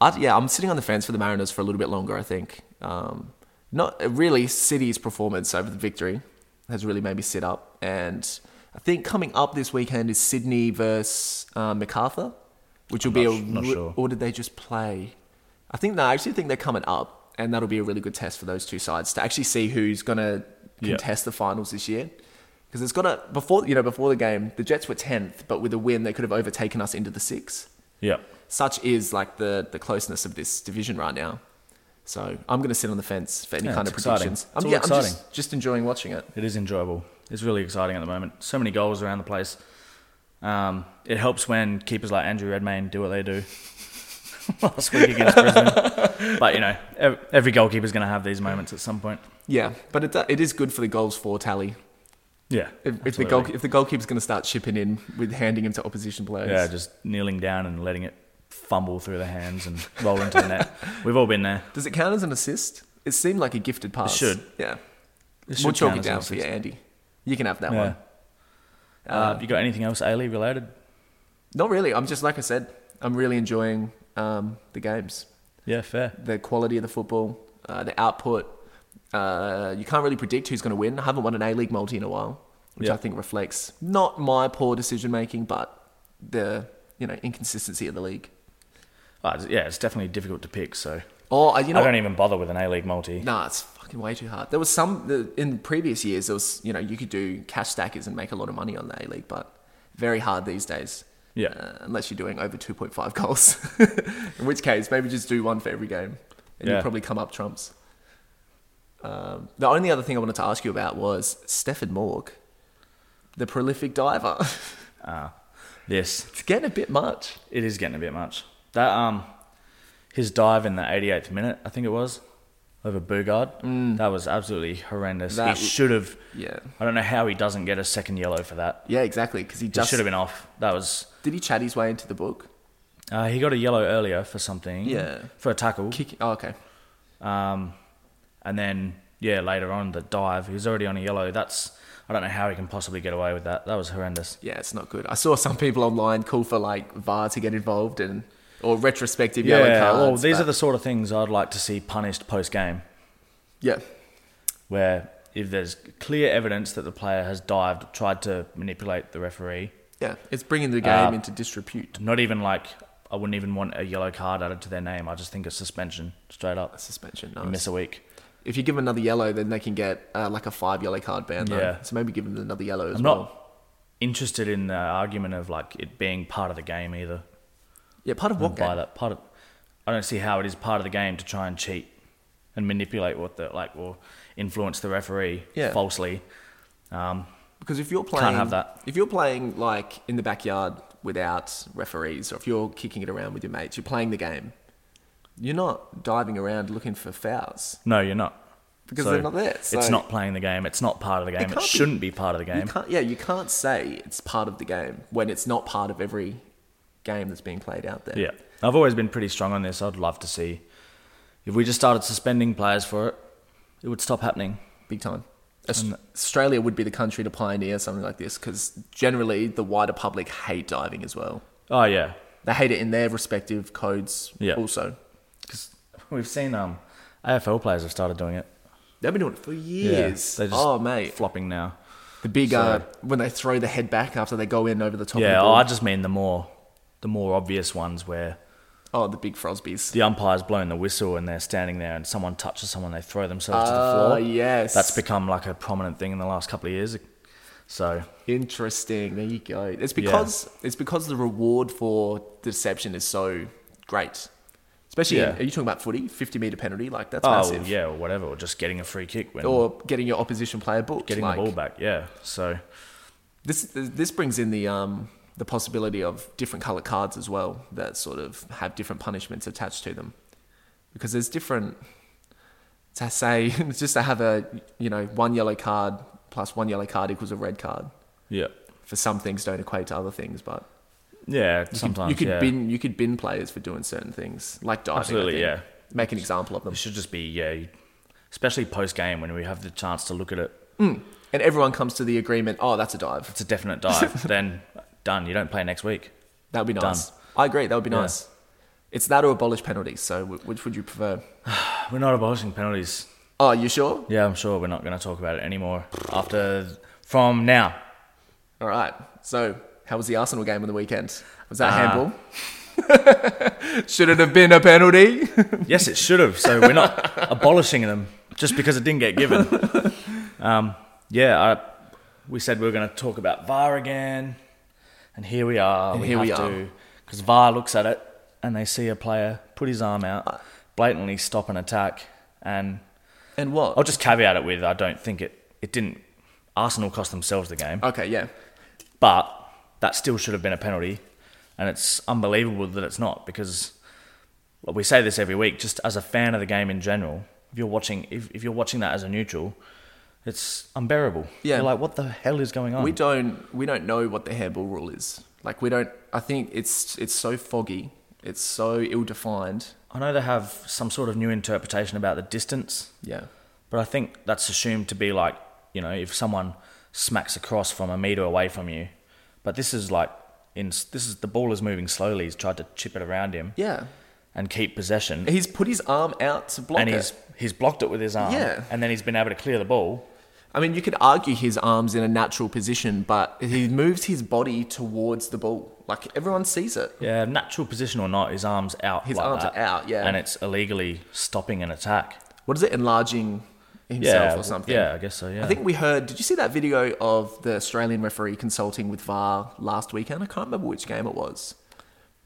[SPEAKER 2] I, yeah, I'm sitting on the fence for the Mariners for a little bit longer. I think. Um, not really. City's performance over the victory has really made me sit up, and I think coming up this weekend is Sydney versus uh, Macarthur, which will
[SPEAKER 1] not
[SPEAKER 2] be a.
[SPEAKER 1] s- not
[SPEAKER 2] re-
[SPEAKER 1] sure.
[SPEAKER 2] Or did they just play? I think no. I actually think they're coming up, and that'll be a really good test for those two sides to actually see who's gonna
[SPEAKER 1] Yeah.
[SPEAKER 2] contest the finals this year. Because it's gonna before you know before the game, the Jets were tenth, but with a win they could have overtaken us into the six
[SPEAKER 1] yeah.
[SPEAKER 2] such is like the the closeness of this division right now. So I'm going to sit on the fence for any
[SPEAKER 1] Yeah,
[SPEAKER 2] kind
[SPEAKER 1] it's
[SPEAKER 2] of
[SPEAKER 1] exciting.
[SPEAKER 2] predictions.
[SPEAKER 1] It's
[SPEAKER 2] I'm,
[SPEAKER 1] all
[SPEAKER 2] yeah, I'm
[SPEAKER 1] exciting.
[SPEAKER 2] just, just enjoying watching it.
[SPEAKER 1] It is enjoyable. It's really exciting at the moment. So many goals around the place. Um, it helps when keepers like Andrew Redmayne do what they do. Last week against Brisbane, but you know ev- every goalkeeper's going to have these moments at some point.
[SPEAKER 2] Yeah, but it, do- it is good for the goals for tally.
[SPEAKER 1] Yeah.
[SPEAKER 2] If, if the
[SPEAKER 1] absolutely.
[SPEAKER 2] goal if the goalkeeper's going to start chipping in with handing him to opposition players.
[SPEAKER 1] yeah, just kneeling down and letting it fumble through the hands and roll into the net. We've all been there.
[SPEAKER 2] Does it count as an assist? It seemed like a gifted pass.
[SPEAKER 1] should.
[SPEAKER 2] Yeah.
[SPEAKER 1] It
[SPEAKER 2] we'll
[SPEAKER 1] should
[SPEAKER 2] chalk
[SPEAKER 1] count
[SPEAKER 2] it
[SPEAKER 1] as an
[SPEAKER 2] down for you,
[SPEAKER 1] assist.
[SPEAKER 2] Andy. You can have that
[SPEAKER 1] Yeah.
[SPEAKER 2] one.
[SPEAKER 1] Uh, you got anything else A League related?
[SPEAKER 2] Not really. I'm just like I said. I'm really enjoying um, the games.
[SPEAKER 1] Yeah, fair.
[SPEAKER 2] the quality of the football, uh, the output. Uh, you can't really predict who's going to win. I haven't won an A League multi in a while, which
[SPEAKER 1] Yeah.
[SPEAKER 2] I think reflects not my poor decision making, but the you know inconsistency of the league.
[SPEAKER 1] Oh, it's- yeah, it's definitely difficult to pick. So
[SPEAKER 2] Or uh, you know,
[SPEAKER 1] I don't even bother with an A League multi.
[SPEAKER 2] nah, it's fucking way too hard. There was some the, in previous years. There was you know you could do cash stackers and make a lot of money on the A League, but very hard these days.
[SPEAKER 1] Yeah.
[SPEAKER 2] Uh, unless you're doing over 2.5 goals, in which case maybe just do one for every game, and
[SPEAKER 1] Yeah.
[SPEAKER 2] you'll probably come up trumps. Um, the only other thing I wanted to ask you about was Stefan Morg, the prolific diver.
[SPEAKER 1] Ah, this
[SPEAKER 2] it's getting a bit much.
[SPEAKER 1] it is getting a bit much. That um, his dive in the 88th minute, I think it was, over Bugard, that was absolutely horrendous.
[SPEAKER 2] Mm. That-
[SPEAKER 1] he should have.
[SPEAKER 2] Yeah,
[SPEAKER 1] I don't know how he doesn't get a second yellow for that.
[SPEAKER 2] yeah, exactly. Because he
[SPEAKER 1] He
[SPEAKER 2] just
[SPEAKER 1] should have been off. That was.
[SPEAKER 2] did he chat his way into the book?
[SPEAKER 1] Uh, he got a yellow earlier for something.
[SPEAKER 2] Yeah.
[SPEAKER 1] For a tackle.
[SPEAKER 2] Kick. Oh, okay.
[SPEAKER 1] Um, and then yeah, later on the dive. He was already on a yellow. That's I don't know how he can possibly get away with that. That was horrendous.
[SPEAKER 2] Yeah, it's not good. I saw some people online call for like VAR to get involved and or retrospective yellow cards.
[SPEAKER 1] well, these
[SPEAKER 2] but-
[SPEAKER 1] are the sort of things I'd like to see punished post game,
[SPEAKER 2] yeah,
[SPEAKER 1] where if there's clear evidence that the player has dived, tried to manipulate the referee,
[SPEAKER 2] yeah. It's bringing the
[SPEAKER 1] Uh,
[SPEAKER 2] game into disrepute.
[SPEAKER 1] not even like I wouldn't even want a yellow card added to their name. I just think a suspension straight up.
[SPEAKER 2] Suspension.
[SPEAKER 1] You
[SPEAKER 2] Nice.
[SPEAKER 1] miss a week.
[SPEAKER 2] if you give them another yellow, then they can get uh, like a five yellow card ban. Though.
[SPEAKER 1] Yeah.
[SPEAKER 2] So maybe give them another yellow as
[SPEAKER 1] I'm
[SPEAKER 2] well.
[SPEAKER 1] not interested in the argument of like it being part of the game either.
[SPEAKER 2] yeah, part of
[SPEAKER 1] I
[SPEAKER 2] what
[SPEAKER 1] don't buy
[SPEAKER 2] game?
[SPEAKER 1] that part of. I don't see how it is part of the game to try and cheat and manipulate what the like or influence the referee
[SPEAKER 2] Yeah.
[SPEAKER 1] falsely. Um,
[SPEAKER 2] Because if you're playing,
[SPEAKER 1] Can't have that.
[SPEAKER 2] If you're playing like in the backyard without referees, or if you're kicking it around with your mates, you're playing the game. You're not diving around looking for fouls.
[SPEAKER 1] no, you're not
[SPEAKER 2] Because they're not there, so-
[SPEAKER 1] It's not playing the game. It's not part of the game. It,
[SPEAKER 2] can't be.
[SPEAKER 1] shouldn't be. part of the
[SPEAKER 2] You
[SPEAKER 1] game.
[SPEAKER 2] can't, yeah, you can't say it's part of the game when it's not part of every game that's being played out there.
[SPEAKER 1] Yeah, I've always been pretty strong on this. I'd love to see if we just started suspending players for it, it would stop happening.
[SPEAKER 2] big time. Aus- Australia would be the country to pioneer something like this because generally the wider public hate diving as well.
[SPEAKER 1] Oh yeah,
[SPEAKER 2] They hate it in their respective codes.
[SPEAKER 1] Yeah.
[SPEAKER 2] Also,
[SPEAKER 1] because we've seen um, AFL players have started doing it.
[SPEAKER 2] they've been doing it for
[SPEAKER 1] Yeah,
[SPEAKER 2] years.
[SPEAKER 1] they're just
[SPEAKER 2] oh mate,
[SPEAKER 1] flopping now.
[SPEAKER 2] the big uh, when they throw the head back after they go in over the top.
[SPEAKER 1] Yeah,
[SPEAKER 2] Of the
[SPEAKER 1] oh, I
[SPEAKER 2] ball.
[SPEAKER 1] just mean the more the more obvious ones where
[SPEAKER 2] oh, the big frosbies.
[SPEAKER 1] the umpire's blown the whistle and they're standing there and someone touches someone, they throw themselves to
[SPEAKER 2] Ah,
[SPEAKER 1] the floor.
[SPEAKER 2] yes.
[SPEAKER 1] That's become like a prominent thing in the last couple of years. So
[SPEAKER 2] Interesting. There you go. It's because it's because the reward for deception is so great. Especially,
[SPEAKER 1] Yeah.
[SPEAKER 2] are you talking about footy? Fifty meter penalty, like that's
[SPEAKER 1] oh
[SPEAKER 2] massive.
[SPEAKER 1] yeah, or whatever, or just getting a free kick when
[SPEAKER 2] Or getting your opposition player booked.
[SPEAKER 1] getting
[SPEAKER 2] like,
[SPEAKER 1] the ball back. Yeah. So
[SPEAKER 2] This this brings in the um the possibility of different color cards as well that sort of have different punishments attached to them, because there's different. To say just to have a you know one yellow card plus one yellow card equals a red card
[SPEAKER 1] yeah.
[SPEAKER 2] for some things don't equate to other things, but
[SPEAKER 1] Yeah,
[SPEAKER 2] you could-
[SPEAKER 1] sometimes
[SPEAKER 2] you could
[SPEAKER 1] yeah.
[SPEAKER 2] bin you could bin players for doing certain things like diving. I
[SPEAKER 1] Absolutely,
[SPEAKER 2] think.
[SPEAKER 1] yeah.
[SPEAKER 2] Make an example of them,
[SPEAKER 1] it should just be yeah, you- especially post game when we have the chance to look at it.
[SPEAKER 2] and everyone comes to the agreement. Oh, that's a dive.
[SPEAKER 1] It's a definite dive. then done. You don't play next week.
[SPEAKER 2] That would be nice.
[SPEAKER 1] Done.
[SPEAKER 2] I agree. That would be
[SPEAKER 1] Yeah.
[SPEAKER 2] nice. It's that or abolish penalties. So, wh- which would you prefer?
[SPEAKER 1] We're not abolishing penalties.
[SPEAKER 2] Oh, you sure?
[SPEAKER 1] Yeah, I'm sure we're not going to talk about it anymore after from now.
[SPEAKER 2] All right. So, how was the Arsenal game on the weekend? Was that
[SPEAKER 1] Ah.
[SPEAKER 2] handball? Should it have been a penalty?
[SPEAKER 1] Yes, it should have. So we're not abolishing them just because it didn't get given. Um, yeah, I, we said we were going to talk about VAR again, and here we are.
[SPEAKER 2] here we are.
[SPEAKER 1] because VAR looks at it and they see a player put his arm out, blatantly stop an attack, and
[SPEAKER 2] and what?
[SPEAKER 1] I'll just caveat it with I don't think it it didn't. Arsenal cost themselves the game.
[SPEAKER 2] Okay. Yeah.
[SPEAKER 1] But that still should have been a penalty, and it's unbelievable that it's not because well, we say this every week. Just as a fan of the game in general, if you're watching, if, if you're watching that as a neutral, it's unbearable.
[SPEAKER 2] Yeah.
[SPEAKER 1] you're like what the hell is going on?
[SPEAKER 2] We don't. We don't know what the handball rule is. Like we don't. I think it's it's so foggy. It's so ill defined.
[SPEAKER 1] I know they have some sort of new interpretation about the distance,
[SPEAKER 2] Yeah.
[SPEAKER 1] but I think that's assumed to be like you know if someone smacks across from a meter away from you, but this is like in this is the ball is moving slowly. He's tried to chip it around him
[SPEAKER 2] Yeah.
[SPEAKER 1] and keep possession.
[SPEAKER 2] He's put his arm out to block
[SPEAKER 1] and
[SPEAKER 2] it.
[SPEAKER 1] he's he's blocked it with his arm,
[SPEAKER 2] Yeah.
[SPEAKER 1] and then he's been able to clear the ball.
[SPEAKER 2] I mean, you could argue his arms in a natural position, but he moves his body towards the ball. Like everyone sees it.
[SPEAKER 1] Yeah, natural position or not, his arms out.
[SPEAKER 2] His
[SPEAKER 1] like
[SPEAKER 2] arms
[SPEAKER 1] that,
[SPEAKER 2] are out, yeah.
[SPEAKER 1] and it's illegally stopping an attack.
[SPEAKER 2] What is it? Enlarging
[SPEAKER 1] Yeah,
[SPEAKER 2] himself or
[SPEAKER 1] w-
[SPEAKER 2] something.
[SPEAKER 1] Yeah, I guess so. Yeah,
[SPEAKER 2] I think we heard. Did you see that video of the Australian referee consulting with VAR last weekend? I can't remember which game it was,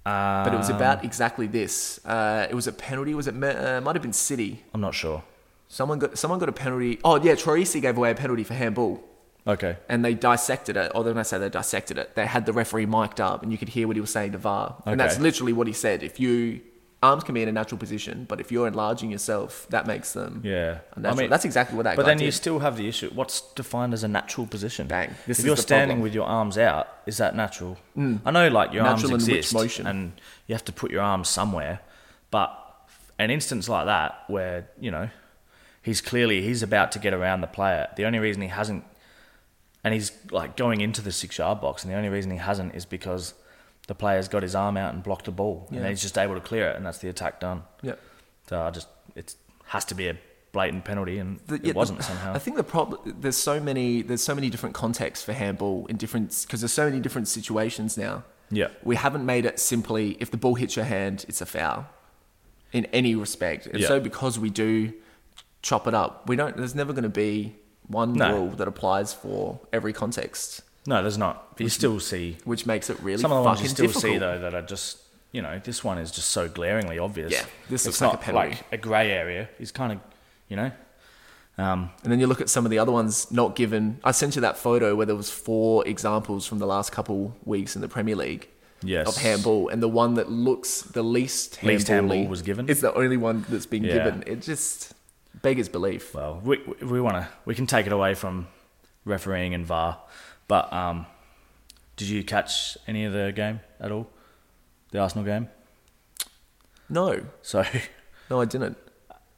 [SPEAKER 1] Uh,
[SPEAKER 2] but it was about exactly this. Uh, it was a penalty. Was it? Ma- Uh, might have been City.
[SPEAKER 1] I'm not sure.
[SPEAKER 2] Someone got someone got a penalty. Oh yeah, Troisi gave away a penalty for handball,
[SPEAKER 1] Okay,
[SPEAKER 2] and they dissected it. Or when I say they dissected it, they had the referee mic'd up, and you could hear what he was saying to VAR, and that's
[SPEAKER 1] Okay.
[SPEAKER 2] literally what he said. If you arms can be in a natural position, but if you're enlarging yourself, that makes them
[SPEAKER 1] yeah.
[SPEAKER 2] unnatural. that's exactly what that.
[SPEAKER 1] But
[SPEAKER 2] guy
[SPEAKER 1] then you
[SPEAKER 2] did.
[SPEAKER 1] still have the issue. What's defined as a natural position?
[SPEAKER 2] Bang.
[SPEAKER 1] if
[SPEAKER 2] This is
[SPEAKER 1] you're
[SPEAKER 2] the
[SPEAKER 1] standing
[SPEAKER 2] problem. Mm.
[SPEAKER 1] with your arms out, is that natural? I know, like your
[SPEAKER 2] Natural in
[SPEAKER 1] arms
[SPEAKER 2] which
[SPEAKER 1] exist,
[SPEAKER 2] motion?
[SPEAKER 1] and you have to put your arms somewhere. But an instance like that, where you know he's clearly he's about to get around the player. The only reason he hasn't, and he's like going into the six yard box, and the only reason he hasn't is because the player's got his arm out and blocked the ball, and
[SPEAKER 2] Yeah.
[SPEAKER 1] then he's just able to clear it, and that's the attack done.
[SPEAKER 2] Yeah.
[SPEAKER 1] So I just it has to be a blatant penalty, and
[SPEAKER 2] The- yeah,
[SPEAKER 1] it
[SPEAKER 2] the-
[SPEAKER 1] wasn't somehow.
[SPEAKER 2] I think the problem there's so many there's so many different contexts for handball in different because there's so many different situations now.
[SPEAKER 1] Yeah.
[SPEAKER 2] We haven't made it simply if the ball hits your hand, it's a foul in any respect. And
[SPEAKER 1] Yeah.
[SPEAKER 2] so because we do chop it up, we don't there's never going to be one
[SPEAKER 1] No.
[SPEAKER 2] rule that applies for every context,
[SPEAKER 1] No, there's not. But you still see
[SPEAKER 2] which makes it really
[SPEAKER 1] some of the ones
[SPEAKER 2] fucking
[SPEAKER 1] you still
[SPEAKER 2] difficult.
[SPEAKER 1] see though that are just you know this one is just so glaringly obvious.
[SPEAKER 2] Yeah,
[SPEAKER 1] it's
[SPEAKER 2] this looks like
[SPEAKER 1] not
[SPEAKER 2] a penalty.
[SPEAKER 1] like a grey area. It's kind of you know. Um,
[SPEAKER 2] And then you look at some of the other ones not given. I sent you that photo where there was four examples from the last couple weeks in the Premier League
[SPEAKER 1] Yes.
[SPEAKER 2] of handball, and the one that looks the least handball
[SPEAKER 1] Least handball was given.
[SPEAKER 2] It's the only one that's been
[SPEAKER 1] Yeah.
[SPEAKER 2] given. It just beggars belief.
[SPEAKER 1] well, we we- we want to we can take it away from refereeing and VAR, but um, did you catch any of the game at all? The Arsenal game.
[SPEAKER 2] No,
[SPEAKER 1] So
[SPEAKER 2] no, I didn't.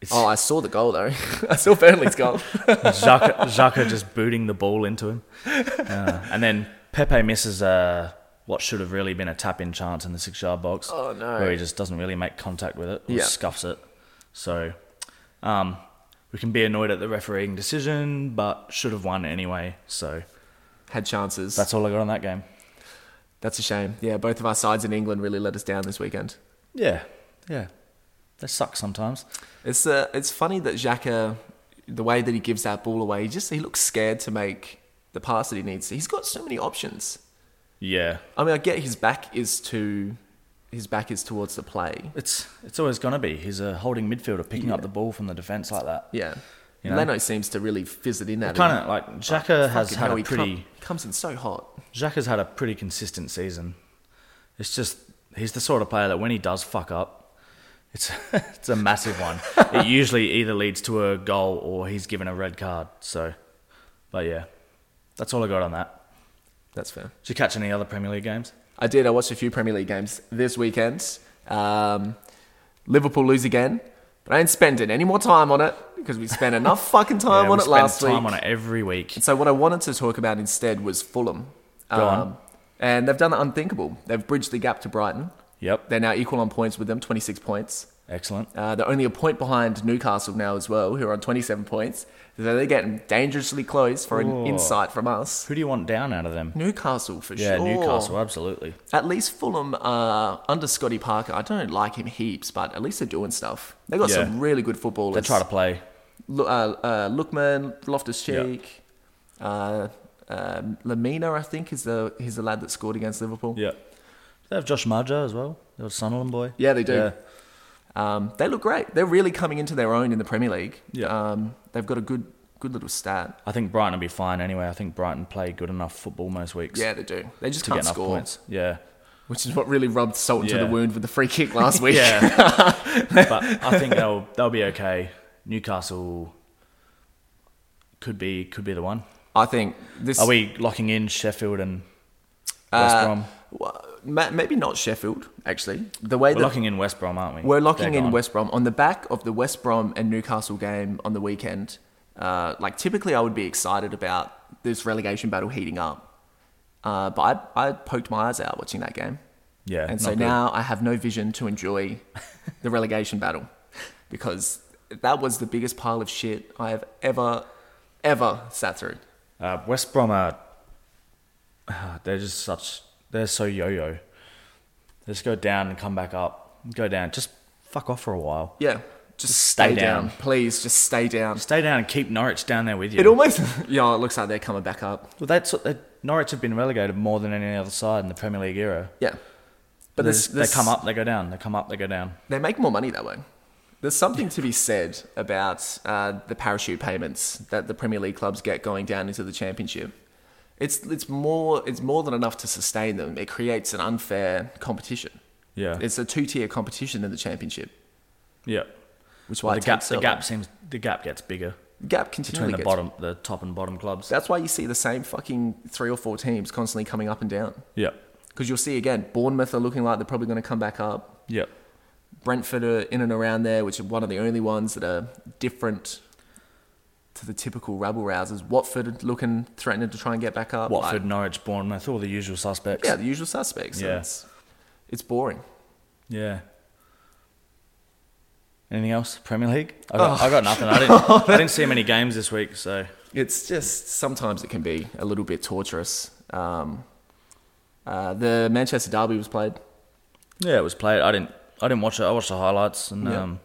[SPEAKER 1] it's
[SPEAKER 2] Oh, I saw the goal though. I saw Burnley's goal.
[SPEAKER 1] Xhaka, Xhaka just booting the ball into him, Uh, and then Pepe misses a. What should have really been a tap in chance in the six yard box.
[SPEAKER 2] Oh, no.
[SPEAKER 1] Where he just doesn't really make contact with it or
[SPEAKER 2] Yeah.
[SPEAKER 1] scuffs it. So um, we can be annoyed at the refereeing decision, but should have won anyway. So
[SPEAKER 2] Had chances. That's,
[SPEAKER 1] that's all I got on that game.
[SPEAKER 2] a shame. Yeah, both of our sides in England really let us down this weekend.
[SPEAKER 1] Yeah, yeah. They suck sometimes.
[SPEAKER 2] It's uh, it's funny that Xhaka, the way that he gives that ball away, he just he looks scared to make the pass that he needs. He's got so many options.
[SPEAKER 1] Yeah,
[SPEAKER 2] I mean, I get his back is to his back is towards the play.
[SPEAKER 1] it's it's always gonna be. He's a holding midfielder picking up the ball from the defence like that.
[SPEAKER 2] Yeah,
[SPEAKER 1] You know?
[SPEAKER 2] Leno seems to really fizz it in at
[SPEAKER 1] Kind
[SPEAKER 2] him.
[SPEAKER 1] of like Xhaka has
[SPEAKER 2] Fucking
[SPEAKER 1] had
[SPEAKER 2] hell,
[SPEAKER 1] a
[SPEAKER 2] he come-
[SPEAKER 1] pretty.
[SPEAKER 2] comes in so hot.
[SPEAKER 1] Xhaka's had a pretty consistent season. It's just he's the sort of player that when he does fuck up, it's it's a massive one. it usually either leads to a goal or he's given a red card. So, but yeah, that's all I got on that.
[SPEAKER 2] That's fair.
[SPEAKER 1] Did you catch any other Premier League games?
[SPEAKER 2] I did. I watched a few Premier League games this weekend. Um, Liverpool lose again, but I ain't spending any more time on it because we spent enough fucking time
[SPEAKER 1] Yeah,
[SPEAKER 2] on
[SPEAKER 1] we
[SPEAKER 2] it
[SPEAKER 1] spend
[SPEAKER 2] last week.
[SPEAKER 1] time on it every week.
[SPEAKER 2] And so what I wanted to talk about instead was Fulham. Um,
[SPEAKER 1] Go on.
[SPEAKER 2] And they've done the unthinkable. They've bridged the gap to Brighton.
[SPEAKER 1] Yep,
[SPEAKER 2] They're now equal on points with them, 26 points.
[SPEAKER 1] excellent.
[SPEAKER 2] Uh, they're only a point behind Newcastle now as well, who are on 27 points. So they're getting dangerously close for an
[SPEAKER 1] Ooh.
[SPEAKER 2] insight from us.
[SPEAKER 1] Who do you want down out of them?
[SPEAKER 2] Newcastle for
[SPEAKER 1] Yeah,
[SPEAKER 2] sure.
[SPEAKER 1] Newcastle, absolutely.
[SPEAKER 2] At least Fulham uh, under Scotty Parker. I don't like him heaps, but at least they're doing stuff. They got
[SPEAKER 1] Yeah.
[SPEAKER 2] some really good footballers.
[SPEAKER 1] They try to play.
[SPEAKER 2] Lu- uh, uh, Lookman, Loftus Cheek, uh, um Lamina, I think, is the he's the lad that scored against Liverpool.
[SPEAKER 1] Yeah, they have Josh Maja as well. The old Sunderland boy.
[SPEAKER 2] Yeah, they do. Um, they look great. They're really coming into their own in the Premier League.
[SPEAKER 1] Yeah.
[SPEAKER 2] Um, they've got a good good little stat.
[SPEAKER 1] I think Brighton will be fine anyway. I think Brighton play good enough football most weeks.
[SPEAKER 2] Yeah, they do. They just
[SPEAKER 1] to get
[SPEAKER 2] can't
[SPEAKER 1] enough
[SPEAKER 2] score,
[SPEAKER 1] points. Yeah.
[SPEAKER 2] which is what really rubbed salt into the
[SPEAKER 1] Yeah.
[SPEAKER 2] wound with the free kick last week.
[SPEAKER 1] Yeah. but I think they'll they'll be okay. Newcastle could be could be the one.
[SPEAKER 2] I think this.
[SPEAKER 1] Are we locking in Sheffield and West
[SPEAKER 2] uh,
[SPEAKER 1] Brom?
[SPEAKER 2] wa- ma- maybe not Sheffield. Actually, the way
[SPEAKER 1] We're
[SPEAKER 2] that
[SPEAKER 1] locking in West Brom, aren't we?
[SPEAKER 2] We're locking
[SPEAKER 1] They're
[SPEAKER 2] in
[SPEAKER 1] gone.
[SPEAKER 2] West Brom on the back of the West Brom and Newcastle game on the weekend. Uh, like typically, I would be excited about this relegation battle heating up, uh, but I, I poked my eyes out watching that game,
[SPEAKER 1] Yeah.
[SPEAKER 2] and
[SPEAKER 1] not
[SPEAKER 2] so
[SPEAKER 1] good.
[SPEAKER 2] now I have no vision to enjoy the relegation battle because that was the biggest pile of shit I have ever, ever sat through.
[SPEAKER 1] uh, West Brom are ah, they're just such they're so yo-yo. They just go down and come back up. Go down. Just fuck off for a while.
[SPEAKER 2] Yeah, just
[SPEAKER 1] stay
[SPEAKER 2] stay, down.
[SPEAKER 1] down.
[SPEAKER 2] please. Just stay down.
[SPEAKER 1] Stay down and keep Norwich down there with you.
[SPEAKER 2] It almost, yeah, it looks like they're coming back up.
[SPEAKER 1] well, that's what they, Norwich have been relegated more than any other side in the Premier League era.
[SPEAKER 2] Yeah,
[SPEAKER 1] But
[SPEAKER 2] but this, this
[SPEAKER 1] they come up, they go down. They come up, they go down.
[SPEAKER 2] they make more money that way. There's something to be said about uh, the parachute payments that the Premier League clubs get going down into the Championship. It's it's more it's more than enough to sustain them. It creates an unfair competition.
[SPEAKER 1] Yeah,
[SPEAKER 2] It's a two tier competition in the Championship,
[SPEAKER 1] yeah.
[SPEAKER 2] which is why
[SPEAKER 1] Well, the
[SPEAKER 2] it
[SPEAKER 1] gap,
[SPEAKER 2] takes
[SPEAKER 1] the
[SPEAKER 2] so
[SPEAKER 1] gap seems the gap gets bigger
[SPEAKER 2] long. gap
[SPEAKER 1] between
[SPEAKER 2] continually
[SPEAKER 1] the
[SPEAKER 2] gets-
[SPEAKER 1] bottom, the top and bottom clubs.
[SPEAKER 2] That's why you see the same fucking three or four teams constantly coming up and down.
[SPEAKER 1] Yep,
[SPEAKER 2] Because you'll see again, Bournemouth are looking like they're probably going to come back up.
[SPEAKER 1] yep.
[SPEAKER 2] Brentford are in and around there, which are one of the only ones that are different to the typical rabble rousers. Watford looking threatening to try and get back up.
[SPEAKER 1] Watford,
[SPEAKER 2] Like,
[SPEAKER 1] Norwich, Bournemouth, all the usual suspects.
[SPEAKER 2] yeah, the usual suspects.
[SPEAKER 1] Yeah.
[SPEAKER 2] Yeah. It's, it's boring.
[SPEAKER 1] Yeah. Anything else? Premier League? I got, I got nothing. I didn't, I didn't see many games this week, so
[SPEAKER 2] It's just sometimes it can be a little bit torturous. Um, uh, the Manchester Derby was played.
[SPEAKER 1] yeah, it was played. I didn't. I didn't watch it. I watched the highlights, and
[SPEAKER 2] Yeah.
[SPEAKER 1] um,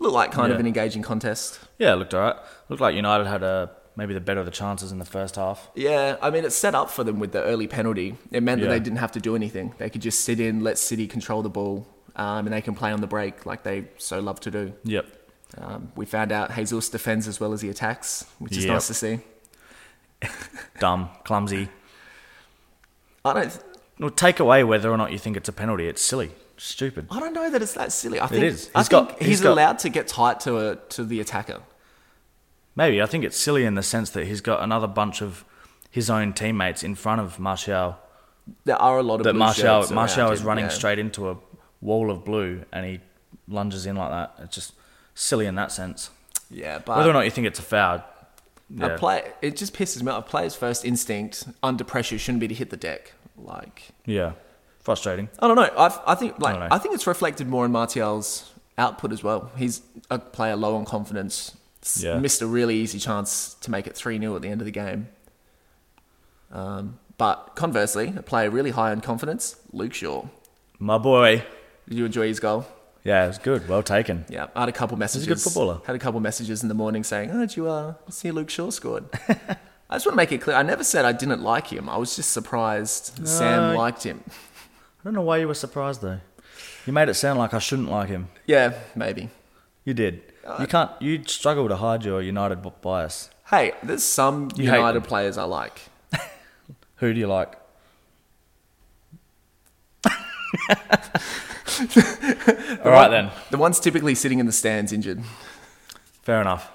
[SPEAKER 2] Looked like kind
[SPEAKER 1] Yeah.
[SPEAKER 2] of an engaging contest.
[SPEAKER 1] yeah, it looked alright. Looked like United had uh, maybe the better of the chances in the first half.
[SPEAKER 2] Yeah, I mean, it's set up for them with the early penalty. It meant that
[SPEAKER 1] Yeah.
[SPEAKER 2] they didn't have to do anything. They could just sit in, let City control the ball, um, and they can play on the break like they so love to do.
[SPEAKER 1] Yep.
[SPEAKER 2] Um, we found out Jesus defends as well as he attacks, which is
[SPEAKER 1] Yep.
[SPEAKER 2] nice to see.
[SPEAKER 1] Dumb, clumsy.
[SPEAKER 2] I don't,
[SPEAKER 1] Well, take away whether or not you think it's a penalty. It's silly, stupid.
[SPEAKER 2] I don't know that it's that silly. I think
[SPEAKER 1] is.
[SPEAKER 2] I
[SPEAKER 1] He's
[SPEAKER 2] think
[SPEAKER 1] got-
[SPEAKER 2] he's,
[SPEAKER 1] he's got-
[SPEAKER 2] allowed to get tight to a, to the attacker.
[SPEAKER 1] Maybe I think it's silly in the sense that he's got another bunch of his own teammates in front of Martial.
[SPEAKER 2] There are a lot of
[SPEAKER 1] That
[SPEAKER 2] blue
[SPEAKER 1] Martial
[SPEAKER 2] shirts around
[SPEAKER 1] Martial is
[SPEAKER 2] him,
[SPEAKER 1] running
[SPEAKER 2] yeah.
[SPEAKER 1] straight into a wall of blue and he lunges in like that. It's just silly in that sense.
[SPEAKER 2] Yeah, but
[SPEAKER 1] Whether or not you think it's a foul, yeah,
[SPEAKER 2] a play, it just pisses me off. A player's first instinct under pressure shouldn't be to hit the deck. Like
[SPEAKER 1] yeah, frustrating.
[SPEAKER 2] I don't know. I've, I think like
[SPEAKER 1] don't
[SPEAKER 2] I,
[SPEAKER 1] know.
[SPEAKER 2] think it's reflected more in Martial's output as well. He's a player low on confidence. S-
[SPEAKER 1] Yeah.
[SPEAKER 2] Missed a really easy chance to make it three 0 at the end of the game. Um, but conversely, a player really high on confidence, Luke Shaw.
[SPEAKER 1] My boy,
[SPEAKER 2] Did you enjoy his goal?
[SPEAKER 1] yeah, it was good. Well taken.
[SPEAKER 2] Yeah, I had a couple messages.
[SPEAKER 1] a good footballer.
[SPEAKER 2] Had a couple messages in the morning saying, "Oh, did you uh, see Luke Shaw scored?" I just want to make it clear. I never said I didn't like him. I was just surprised
[SPEAKER 1] Uh,
[SPEAKER 2] Sam
[SPEAKER 1] No.
[SPEAKER 2] liked him.
[SPEAKER 1] I don't know why you were surprised though. You made it sound like I shouldn't like him.
[SPEAKER 2] Yeah, maybe.
[SPEAKER 1] You did. You can't. You struggle to hide your United bi- bias.
[SPEAKER 2] Hey, there's some
[SPEAKER 1] You hate
[SPEAKER 2] United
[SPEAKER 1] them.
[SPEAKER 2] players I like.
[SPEAKER 1] Who do you like? All right then.
[SPEAKER 2] The ones typically sitting in the stands injured.
[SPEAKER 1] Fair enough.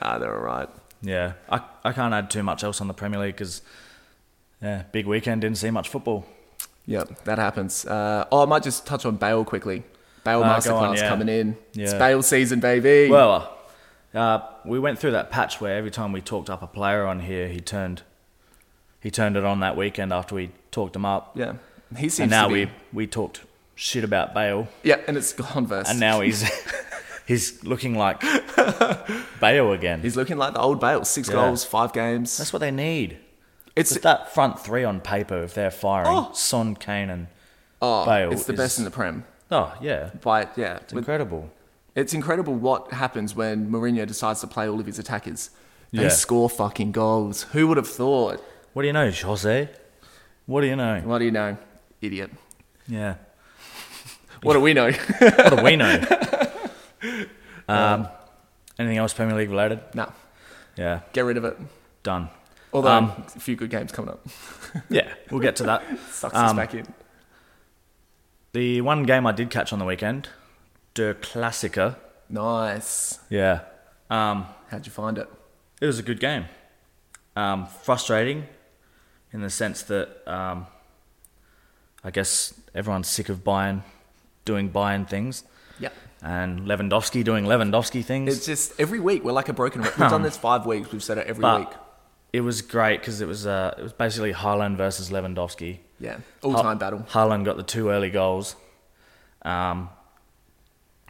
[SPEAKER 2] Nah, they're all right.
[SPEAKER 1] Yeah, I, I can't add too much else on the Premier League because, yeah, big weekend, didn't see much football.
[SPEAKER 2] Yeah, that happens. Uh, oh, I might just touch on Bale quickly. Bale
[SPEAKER 1] Uh, go
[SPEAKER 2] masterclass
[SPEAKER 1] on, yeah.
[SPEAKER 2] coming in. It's
[SPEAKER 1] Yeah.
[SPEAKER 2] Bale season, baby.
[SPEAKER 1] Well, uh, we went through that patch where every time we talked up a player on here, he turned, he turned it on that weekend after we talked him up,
[SPEAKER 2] yeah, he seems
[SPEAKER 1] and now
[SPEAKER 2] to be.
[SPEAKER 1] we we talked shit about Bale,
[SPEAKER 2] Yeah, and it's converse.
[SPEAKER 1] and now he's he's looking like Bale again.
[SPEAKER 2] He's looking like the old Bale. Six
[SPEAKER 1] Yeah.
[SPEAKER 2] goals, five games.
[SPEAKER 1] That's what they need.
[SPEAKER 2] it's
[SPEAKER 1] It's that front three on paper if they're firing
[SPEAKER 2] Oh.
[SPEAKER 1] Son, Kane, and
[SPEAKER 2] oh,
[SPEAKER 1] Bale
[SPEAKER 2] it's the
[SPEAKER 1] is-
[SPEAKER 2] best in the Prem.
[SPEAKER 1] oh yeah,
[SPEAKER 2] But yeah,
[SPEAKER 1] it's
[SPEAKER 2] with-
[SPEAKER 1] incredible.
[SPEAKER 2] it's incredible what happens when Mourinho decides to play all of his attackers. They
[SPEAKER 1] Yeah.
[SPEAKER 2] score fucking goals. Who would have thought?
[SPEAKER 1] What do you know, Jose? What do you know?
[SPEAKER 2] What do you know, idiot?
[SPEAKER 1] Yeah.
[SPEAKER 2] What do we know?
[SPEAKER 1] What do we know? um, anything else Premier League related?
[SPEAKER 2] nah,
[SPEAKER 1] Yeah,
[SPEAKER 2] get rid of it.
[SPEAKER 1] done.
[SPEAKER 2] Although
[SPEAKER 1] Um,
[SPEAKER 2] a few good games coming up.
[SPEAKER 1] Yeah, we'll get to that.
[SPEAKER 2] Sucks us
[SPEAKER 1] Um,
[SPEAKER 2] back in.
[SPEAKER 1] The one game I did catch on the weekend, Der Klassiker.
[SPEAKER 2] Nice.
[SPEAKER 1] Yeah. Um,
[SPEAKER 2] How'd you find it?
[SPEAKER 1] it was a good game. Um, frustrating in the sense that um, I guess everyone's sick of Bayern doing Bayern things
[SPEAKER 2] Yeah.
[SPEAKER 1] and Lewandowski doing Lewandowski things.
[SPEAKER 2] It's just every week we're like a broken record. We've done this five weeks. We've said it every
[SPEAKER 1] but
[SPEAKER 2] week.
[SPEAKER 1] it was great because it was uh, it was basically Haaland versus Lewandowski.
[SPEAKER 2] Yeah. All time
[SPEAKER 1] Ha-
[SPEAKER 2] battle.
[SPEAKER 1] Haaland got the two early goals. Um,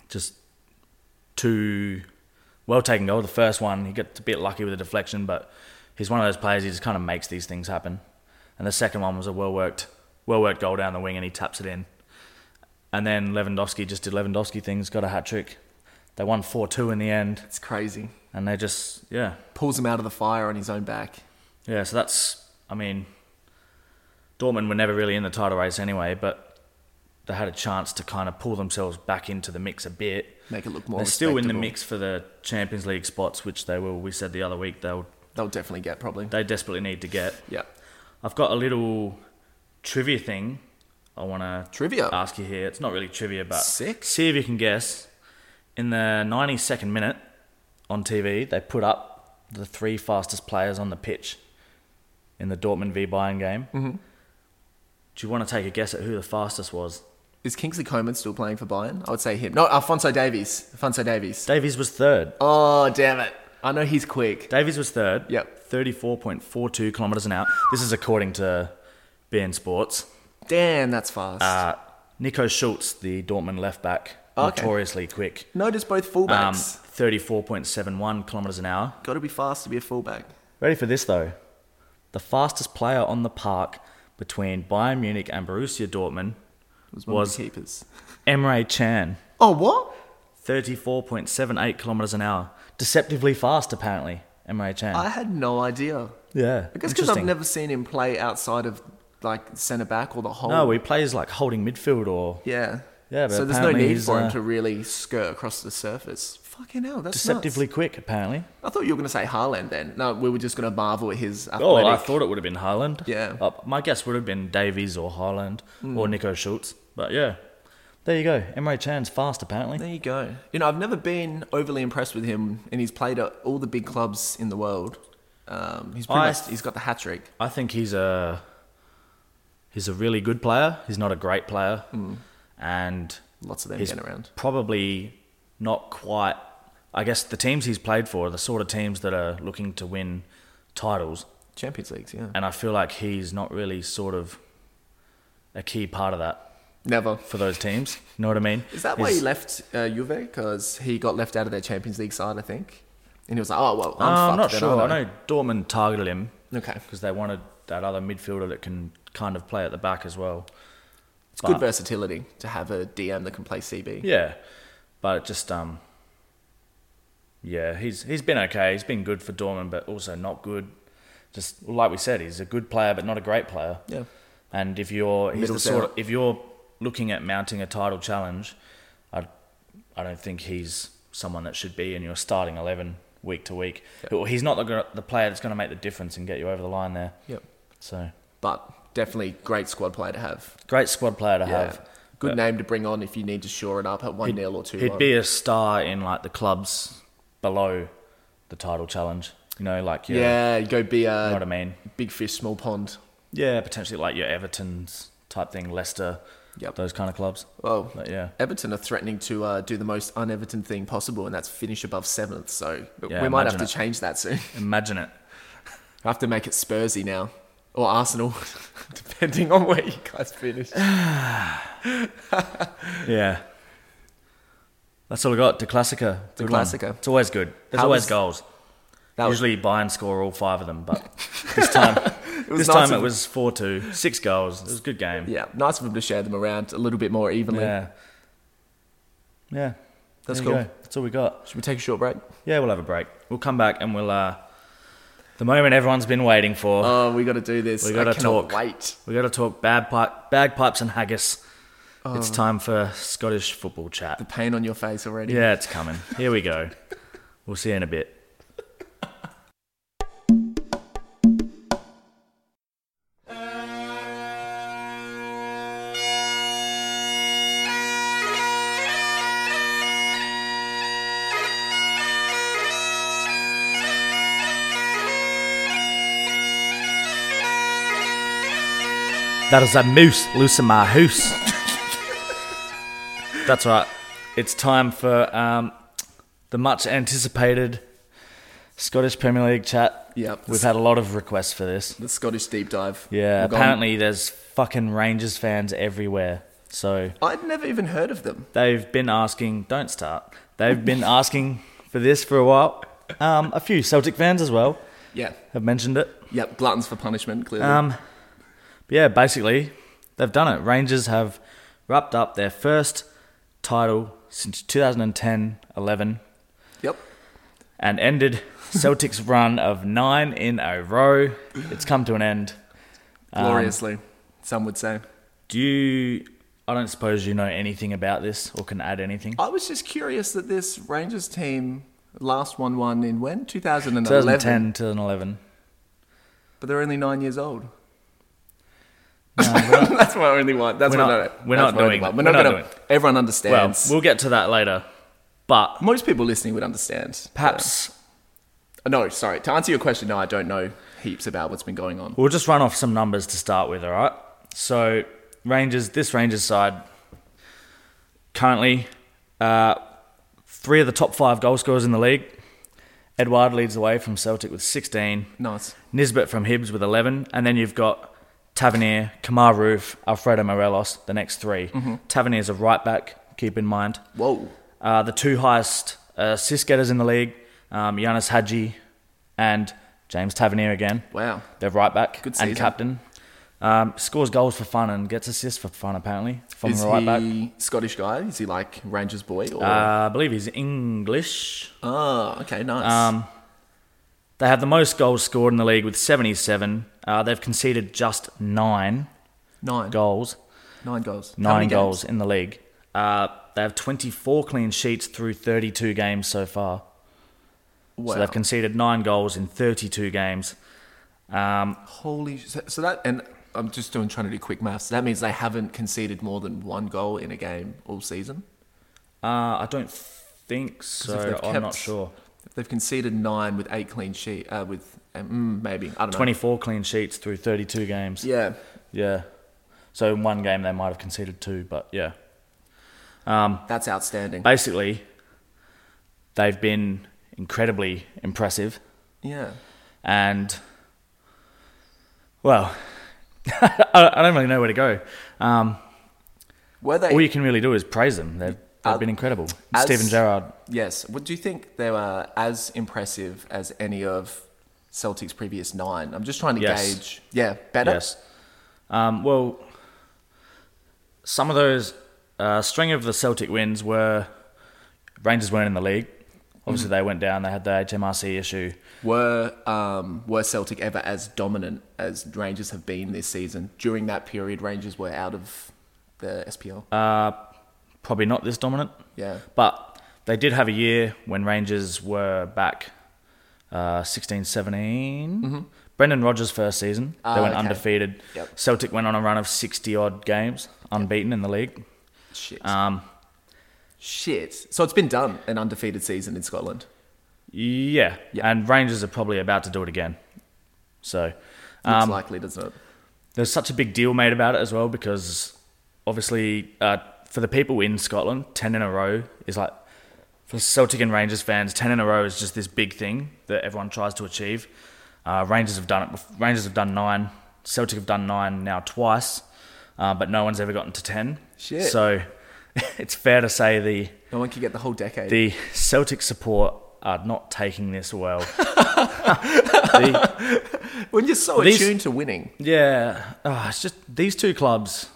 [SPEAKER 1] just two well taken goal. The first one, he got a bit lucky with the deflection, but he's one of those players. He just kind of makes these things happen. And the second one was a well worked, well worked goal down the wing, and he taps it in. And then Lewandowski just did Lewandowski things, got a hat trick. They won four two in the end,
[SPEAKER 2] It's crazy.
[SPEAKER 1] and they just yeah
[SPEAKER 2] Pulls him out of the fire on his own back.
[SPEAKER 1] yeah, so that's, I mean, Dortmund were never really in the title race anyway, but they had a chance to kind of pull themselves back into the mix a bit.
[SPEAKER 2] Make it look more
[SPEAKER 1] They're still in the
[SPEAKER 2] respectable.
[SPEAKER 1] mix for the Champions League spots, which they will. We said the other week they'll
[SPEAKER 2] They'll definitely get probably.
[SPEAKER 1] they desperately need to get.
[SPEAKER 2] Yeah.
[SPEAKER 1] I've got a little trivia thing I want to
[SPEAKER 2] Trivia?
[SPEAKER 1] ask you here. It's not really trivia, but
[SPEAKER 2] Sick.
[SPEAKER 1] see if you can guess. In the 92nd minute on TV, they put up the three fastest players on the pitch in the Dortmund v Bayern game. Mm-hmm. Do you want to take a guess at who the fastest was?
[SPEAKER 2] Is Kingsley Coman still playing for Bayern? I would say him. No, Alfonso Davies. Alfonso Davies.
[SPEAKER 1] Davies was third.
[SPEAKER 2] Oh, damn it. I know he's quick.
[SPEAKER 1] Davies was third.
[SPEAKER 2] Yep.
[SPEAKER 1] 34.42 kilometres an hour. This is according to BN Sports.
[SPEAKER 2] Damn, that's fast.
[SPEAKER 1] Uh, Nico Schultz, the Dortmund left back,
[SPEAKER 2] Okay.
[SPEAKER 1] notoriously quick.
[SPEAKER 2] Notice both
[SPEAKER 1] Um,
[SPEAKER 2] fullbacks.
[SPEAKER 1] 34.71 kilometres an hour.
[SPEAKER 2] Got to be fast to be a fullback.
[SPEAKER 1] Ready for this though? The fastest player on the park between Bayern Munich and Borussia Dortmund
[SPEAKER 2] Was one
[SPEAKER 1] was
[SPEAKER 2] of the keepers.
[SPEAKER 1] Emre Chan,
[SPEAKER 2] Oh what?
[SPEAKER 1] 34.78 kilometers an hour. Deceptively fast, apparently. Emre Chan.
[SPEAKER 2] I had no idea.
[SPEAKER 1] yeah.
[SPEAKER 2] I guess because
[SPEAKER 1] interesting.
[SPEAKER 2] I've never seen him play outside of like centre back or the whole.
[SPEAKER 1] No, he plays like holding midfield or
[SPEAKER 2] Yeah.
[SPEAKER 1] Yeah, but
[SPEAKER 2] so there's no
[SPEAKER 1] apparently
[SPEAKER 2] need
[SPEAKER 1] he's,
[SPEAKER 2] for
[SPEAKER 1] uh,
[SPEAKER 2] him to really skirt across the surface. Fucking hell, that's
[SPEAKER 1] deceptively quick, apparently.
[SPEAKER 2] Nuts. I thought you were going to say Haaland then. No, we were just going to marvel at his athletic.
[SPEAKER 1] Oh, I thought it would have been Highland.
[SPEAKER 2] Yeah. Hmm.
[SPEAKER 1] my guess would have been Davies or Highland or Nico Schultz. But yeah, there you go. Emre Chan's fast, apparently.
[SPEAKER 2] There you go. You know, I've never been overly impressed with him, and he's played at all the big clubs in the world. Um, he's pretty
[SPEAKER 1] I-
[SPEAKER 2] much, he's got the hat trick.
[SPEAKER 1] I think he's a he's a really good player. He's not a great player, and
[SPEAKER 2] Lots of them
[SPEAKER 1] he's
[SPEAKER 2] getting Hmm. around.
[SPEAKER 1] probably not quite. I guess the teams he's played for are the sort of teams that are looking to win titles,
[SPEAKER 2] Champions Leagues, yeah.
[SPEAKER 1] and I feel like he's not really sort of a key part of that
[SPEAKER 2] Never.
[SPEAKER 1] for those teams. You know what I mean?
[SPEAKER 2] Is that why he
[SPEAKER 1] He's-
[SPEAKER 2] left uh, Juve? Because he got left out of their Champions League side, I think. And he was like, oh, well,
[SPEAKER 1] Uh,
[SPEAKER 2] I'm fucked.
[SPEAKER 1] I'm not
[SPEAKER 2] then,
[SPEAKER 1] sure. I
[SPEAKER 2] aren't
[SPEAKER 1] know Dortmund targeted him
[SPEAKER 2] Okay.
[SPEAKER 1] because they wanted that other midfielder that can kind of play at the back as well.
[SPEAKER 2] It's
[SPEAKER 1] But-
[SPEAKER 2] good versatility to have a DM that can play CB.
[SPEAKER 1] Yeah, but it just um, yeah, he's he's been okay. He's been good for Dorman, but also not good. Just like we said, he's a good player, but not a great player.
[SPEAKER 2] Yeah.
[SPEAKER 1] And if you're he's the
[SPEAKER 2] Middle's
[SPEAKER 1] sort
[SPEAKER 2] out.
[SPEAKER 1] of, if you're looking at mounting a title challenge, I I don't think he's someone that should be in your starting eleven week to week. Well, He's not the gr- the player that's going to make the difference and get you over the line there.
[SPEAKER 2] Yep.
[SPEAKER 1] So
[SPEAKER 2] But definitely great squad player to have.
[SPEAKER 1] great squad player to
[SPEAKER 2] Yeah.
[SPEAKER 1] have.
[SPEAKER 2] Good
[SPEAKER 1] But-
[SPEAKER 2] name to bring on if you need to shore it up at 1 0 or 2
[SPEAKER 1] He'd
[SPEAKER 2] 1.
[SPEAKER 1] be a star in like the clubs below the title challenge. You know, like your, yeah,
[SPEAKER 2] yeah, go be
[SPEAKER 1] you
[SPEAKER 2] a
[SPEAKER 1] know what I mean.
[SPEAKER 2] big fish, small pond.
[SPEAKER 1] Yeah, potentially like your Everton's type thing, Leicester,
[SPEAKER 2] Yep.
[SPEAKER 1] those kind of clubs.
[SPEAKER 2] Well,
[SPEAKER 1] But yeah,
[SPEAKER 2] Everton are threatening to uh, do the most un-Everton thing possible, and that's finish above seventh. So
[SPEAKER 1] Yeah,
[SPEAKER 2] we might have
[SPEAKER 1] imagine
[SPEAKER 2] to
[SPEAKER 1] it.
[SPEAKER 2] change that soon.
[SPEAKER 1] imagine it.
[SPEAKER 2] I have to make it Spursy now or Arsenal, depending on where you guys finish.
[SPEAKER 1] Yeah, that's all I got. De Classica,
[SPEAKER 2] De
[SPEAKER 1] Good one.
[SPEAKER 2] Classica.
[SPEAKER 1] It's always good. There's
[SPEAKER 2] How
[SPEAKER 1] always
[SPEAKER 2] was-
[SPEAKER 1] goals.
[SPEAKER 2] That was-
[SPEAKER 1] Usually Bayern score all five of them, but this time,
[SPEAKER 2] was
[SPEAKER 1] this
[SPEAKER 2] nice
[SPEAKER 1] time
[SPEAKER 2] of
[SPEAKER 1] it
[SPEAKER 2] him.
[SPEAKER 1] was four two, six goals. It was a good game.
[SPEAKER 2] Yeah, nice of them to share them around a little bit more evenly.
[SPEAKER 1] yeah, yeah.
[SPEAKER 2] That's
[SPEAKER 1] There you
[SPEAKER 2] cool.
[SPEAKER 1] go. That's all we got.
[SPEAKER 2] Should we take a short break?
[SPEAKER 1] Yeah, we'll have a break. We'll come back and we'll. Uh, the moment everyone's been waiting for.
[SPEAKER 2] Oh, we got to do this.
[SPEAKER 1] We gotta
[SPEAKER 2] I cannot
[SPEAKER 1] talk.
[SPEAKER 2] Wait.
[SPEAKER 1] we got to talk bagpipe, bagpipes and haggis. It's time for Scottish football
[SPEAKER 2] The
[SPEAKER 1] chat.
[SPEAKER 2] pain on your face already.
[SPEAKER 1] Yeah, it's coming. Here we go. We'll see you in a bit. That is a moose loose in my hoose. That's right. It's time for um, the much anticipated Scottish Premier League chat.
[SPEAKER 2] Yep.
[SPEAKER 1] We've had a lot of requests for this.
[SPEAKER 2] The Scottish deep dive.
[SPEAKER 1] Yeah,
[SPEAKER 2] We've gone-
[SPEAKER 1] apparently there's fucking Rangers fans everywhere. So
[SPEAKER 2] I'd never even heard of them.
[SPEAKER 1] they've been asking, don't start. They've been asking for this for a while. Um, a few Celtic fans as well
[SPEAKER 2] Yeah.
[SPEAKER 1] have mentioned it.
[SPEAKER 2] Yep. Gluttons for punishment. Clearly.
[SPEAKER 1] Um, but yeah, basically, they've done it. Rangers have wrapped up their first title since 2010 11
[SPEAKER 2] yep.
[SPEAKER 1] and ended Celtic's run of nine in a row. It's come to an end. Um,
[SPEAKER 2] Gloriously, some would say.
[SPEAKER 1] Do you, I don't suppose you know anything about this or can add anything?
[SPEAKER 2] I was just curious that this Rangers team last won one in when 2011,
[SPEAKER 1] 2010, 2011.
[SPEAKER 2] but they're only nine years old.
[SPEAKER 1] No, we're not-
[SPEAKER 2] that's my only one. That's
[SPEAKER 1] We're
[SPEAKER 2] my
[SPEAKER 1] not-
[SPEAKER 2] only-
[SPEAKER 1] we're
[SPEAKER 2] that's
[SPEAKER 1] not
[SPEAKER 2] my only
[SPEAKER 1] doing
[SPEAKER 2] one.
[SPEAKER 1] that.
[SPEAKER 2] We're
[SPEAKER 1] We're
[SPEAKER 2] not
[SPEAKER 1] not
[SPEAKER 2] going to. Everyone
[SPEAKER 1] well,
[SPEAKER 2] understands.
[SPEAKER 1] we'll get to that later. But
[SPEAKER 2] Most people listening would understand.
[SPEAKER 1] perhaps
[SPEAKER 2] Uh, No, sorry. To answer your question, no, I don't know heaps about what's been going on.
[SPEAKER 1] We'll just run off some numbers to start with, all right? So, Rangers, this Rangers side, currently uh, three of the top five goal scorers in the league Edouard leads the way from Celtic with 16.
[SPEAKER 2] Nice.
[SPEAKER 1] Nisbet from Hibs with 11. And then you've got Tavernier, Kamar Roof, Alfredo Morelos, the next 3
[SPEAKER 2] Mm-hmm.
[SPEAKER 1] Tavernier's a right back, keep in mind.
[SPEAKER 2] Whoa.
[SPEAKER 1] Uh, the two highest uh, assist getters in the league, um, Giannis Hadji and James Tavernier again.
[SPEAKER 2] Wow.
[SPEAKER 1] Their right back
[SPEAKER 2] Good
[SPEAKER 1] and
[SPEAKER 2] season.
[SPEAKER 1] captain. Um, scores goals for fun and gets assists for fun, apparently, from
[SPEAKER 2] Is
[SPEAKER 1] the right back.
[SPEAKER 2] he Scottish guy? Is he like Rangers boy? Or...
[SPEAKER 1] Uh, I believe he's English.
[SPEAKER 2] oh, okay, nice.
[SPEAKER 1] Um, they have the most goals scored in the league with 77. Uh, they've conceded just nine
[SPEAKER 2] nine.
[SPEAKER 1] goals,
[SPEAKER 2] Nine goals. How many
[SPEAKER 1] nine
[SPEAKER 2] games?
[SPEAKER 1] goals in the league. Uh, they have 24 clean sheets through 32 games so far.
[SPEAKER 2] Wow.
[SPEAKER 1] So they've conceded nine goals in 32 games. Um,
[SPEAKER 2] Holy. sh- So, so that and I'm just doing trying to do quick maths. That means they haven't conceded more than one goal in a game all season.
[SPEAKER 1] uh, I don't think
[SPEAKER 2] if
[SPEAKER 1] so.
[SPEAKER 2] they've
[SPEAKER 1] I'm
[SPEAKER 2] kept-
[SPEAKER 1] not sure.
[SPEAKER 2] They've conceded nine with eight clean sheet. Uh, with um, mm, maybe I don't know.
[SPEAKER 1] 24 clean sheets through 32 games.
[SPEAKER 2] Yeah.
[SPEAKER 1] Yeah. So in one game they might have conceded two, but yeah.
[SPEAKER 2] That's outstanding.
[SPEAKER 1] Basically, they've been incredibly impressive
[SPEAKER 2] yeah.
[SPEAKER 1] and well, I I don't really know where to go. Um,
[SPEAKER 2] Were they?
[SPEAKER 1] all you can really do is praise them. They've, they've
[SPEAKER 2] Uh,
[SPEAKER 1] been incredible.
[SPEAKER 2] as-
[SPEAKER 1] Stephen Gerrard.
[SPEAKER 2] yes. What do you think they were as impressive as any of Celtic's previous nine? I'm just trying to
[SPEAKER 1] Yes.
[SPEAKER 2] gauge. Yeah. Better.
[SPEAKER 1] Yes. Um, well, some of those uh, string of the Celtic wins were Rangers weren't in the league. Obviously,
[SPEAKER 2] Mm.
[SPEAKER 1] they went down. They had the HMRC issue.
[SPEAKER 2] Were um, were Celtic ever as dominant as Rangers have been this season? During that period, Rangers were out of the SPL.
[SPEAKER 1] Uh, probably not this dominant,
[SPEAKER 2] yeah,
[SPEAKER 1] but they did have a year when Rangers were back uh, 16 17. Brendan Rodgers' first season, they
[SPEAKER 2] Mm-hmm. Ah,
[SPEAKER 1] went
[SPEAKER 2] okay.
[SPEAKER 1] undefeated.
[SPEAKER 2] Yep.
[SPEAKER 1] Celtic went on a run of 60 odd games, unbeaten in the league.
[SPEAKER 2] shit,
[SPEAKER 1] Um,
[SPEAKER 2] shit. So it's been done an undefeated season in Scotland.
[SPEAKER 1] Yeah.
[SPEAKER 2] Yeah.
[SPEAKER 1] And Rangers are probably about to do it again. So
[SPEAKER 2] Looks
[SPEAKER 1] um,
[SPEAKER 2] likely, doesn't it?
[SPEAKER 1] there's such a big deal made about it as well because obviously uh, for the people in Scotland, 10 in a row is like, for Celtic and Rangers fans, 10 in a row is just this big thing that everyone tries to achieve. Uh, Rangers have done it. bef- Rangers have done nine. Celtic have done nine now twice, uh, but no one's ever gotten to 10.
[SPEAKER 2] Shit.
[SPEAKER 1] So it's fair to say the
[SPEAKER 2] No one could get the whole decade.
[SPEAKER 1] the Celtic support are not taking this well. The-
[SPEAKER 2] when you're so
[SPEAKER 1] these-
[SPEAKER 2] attuned to winning,
[SPEAKER 1] yeah, ah, it's just these two clubs.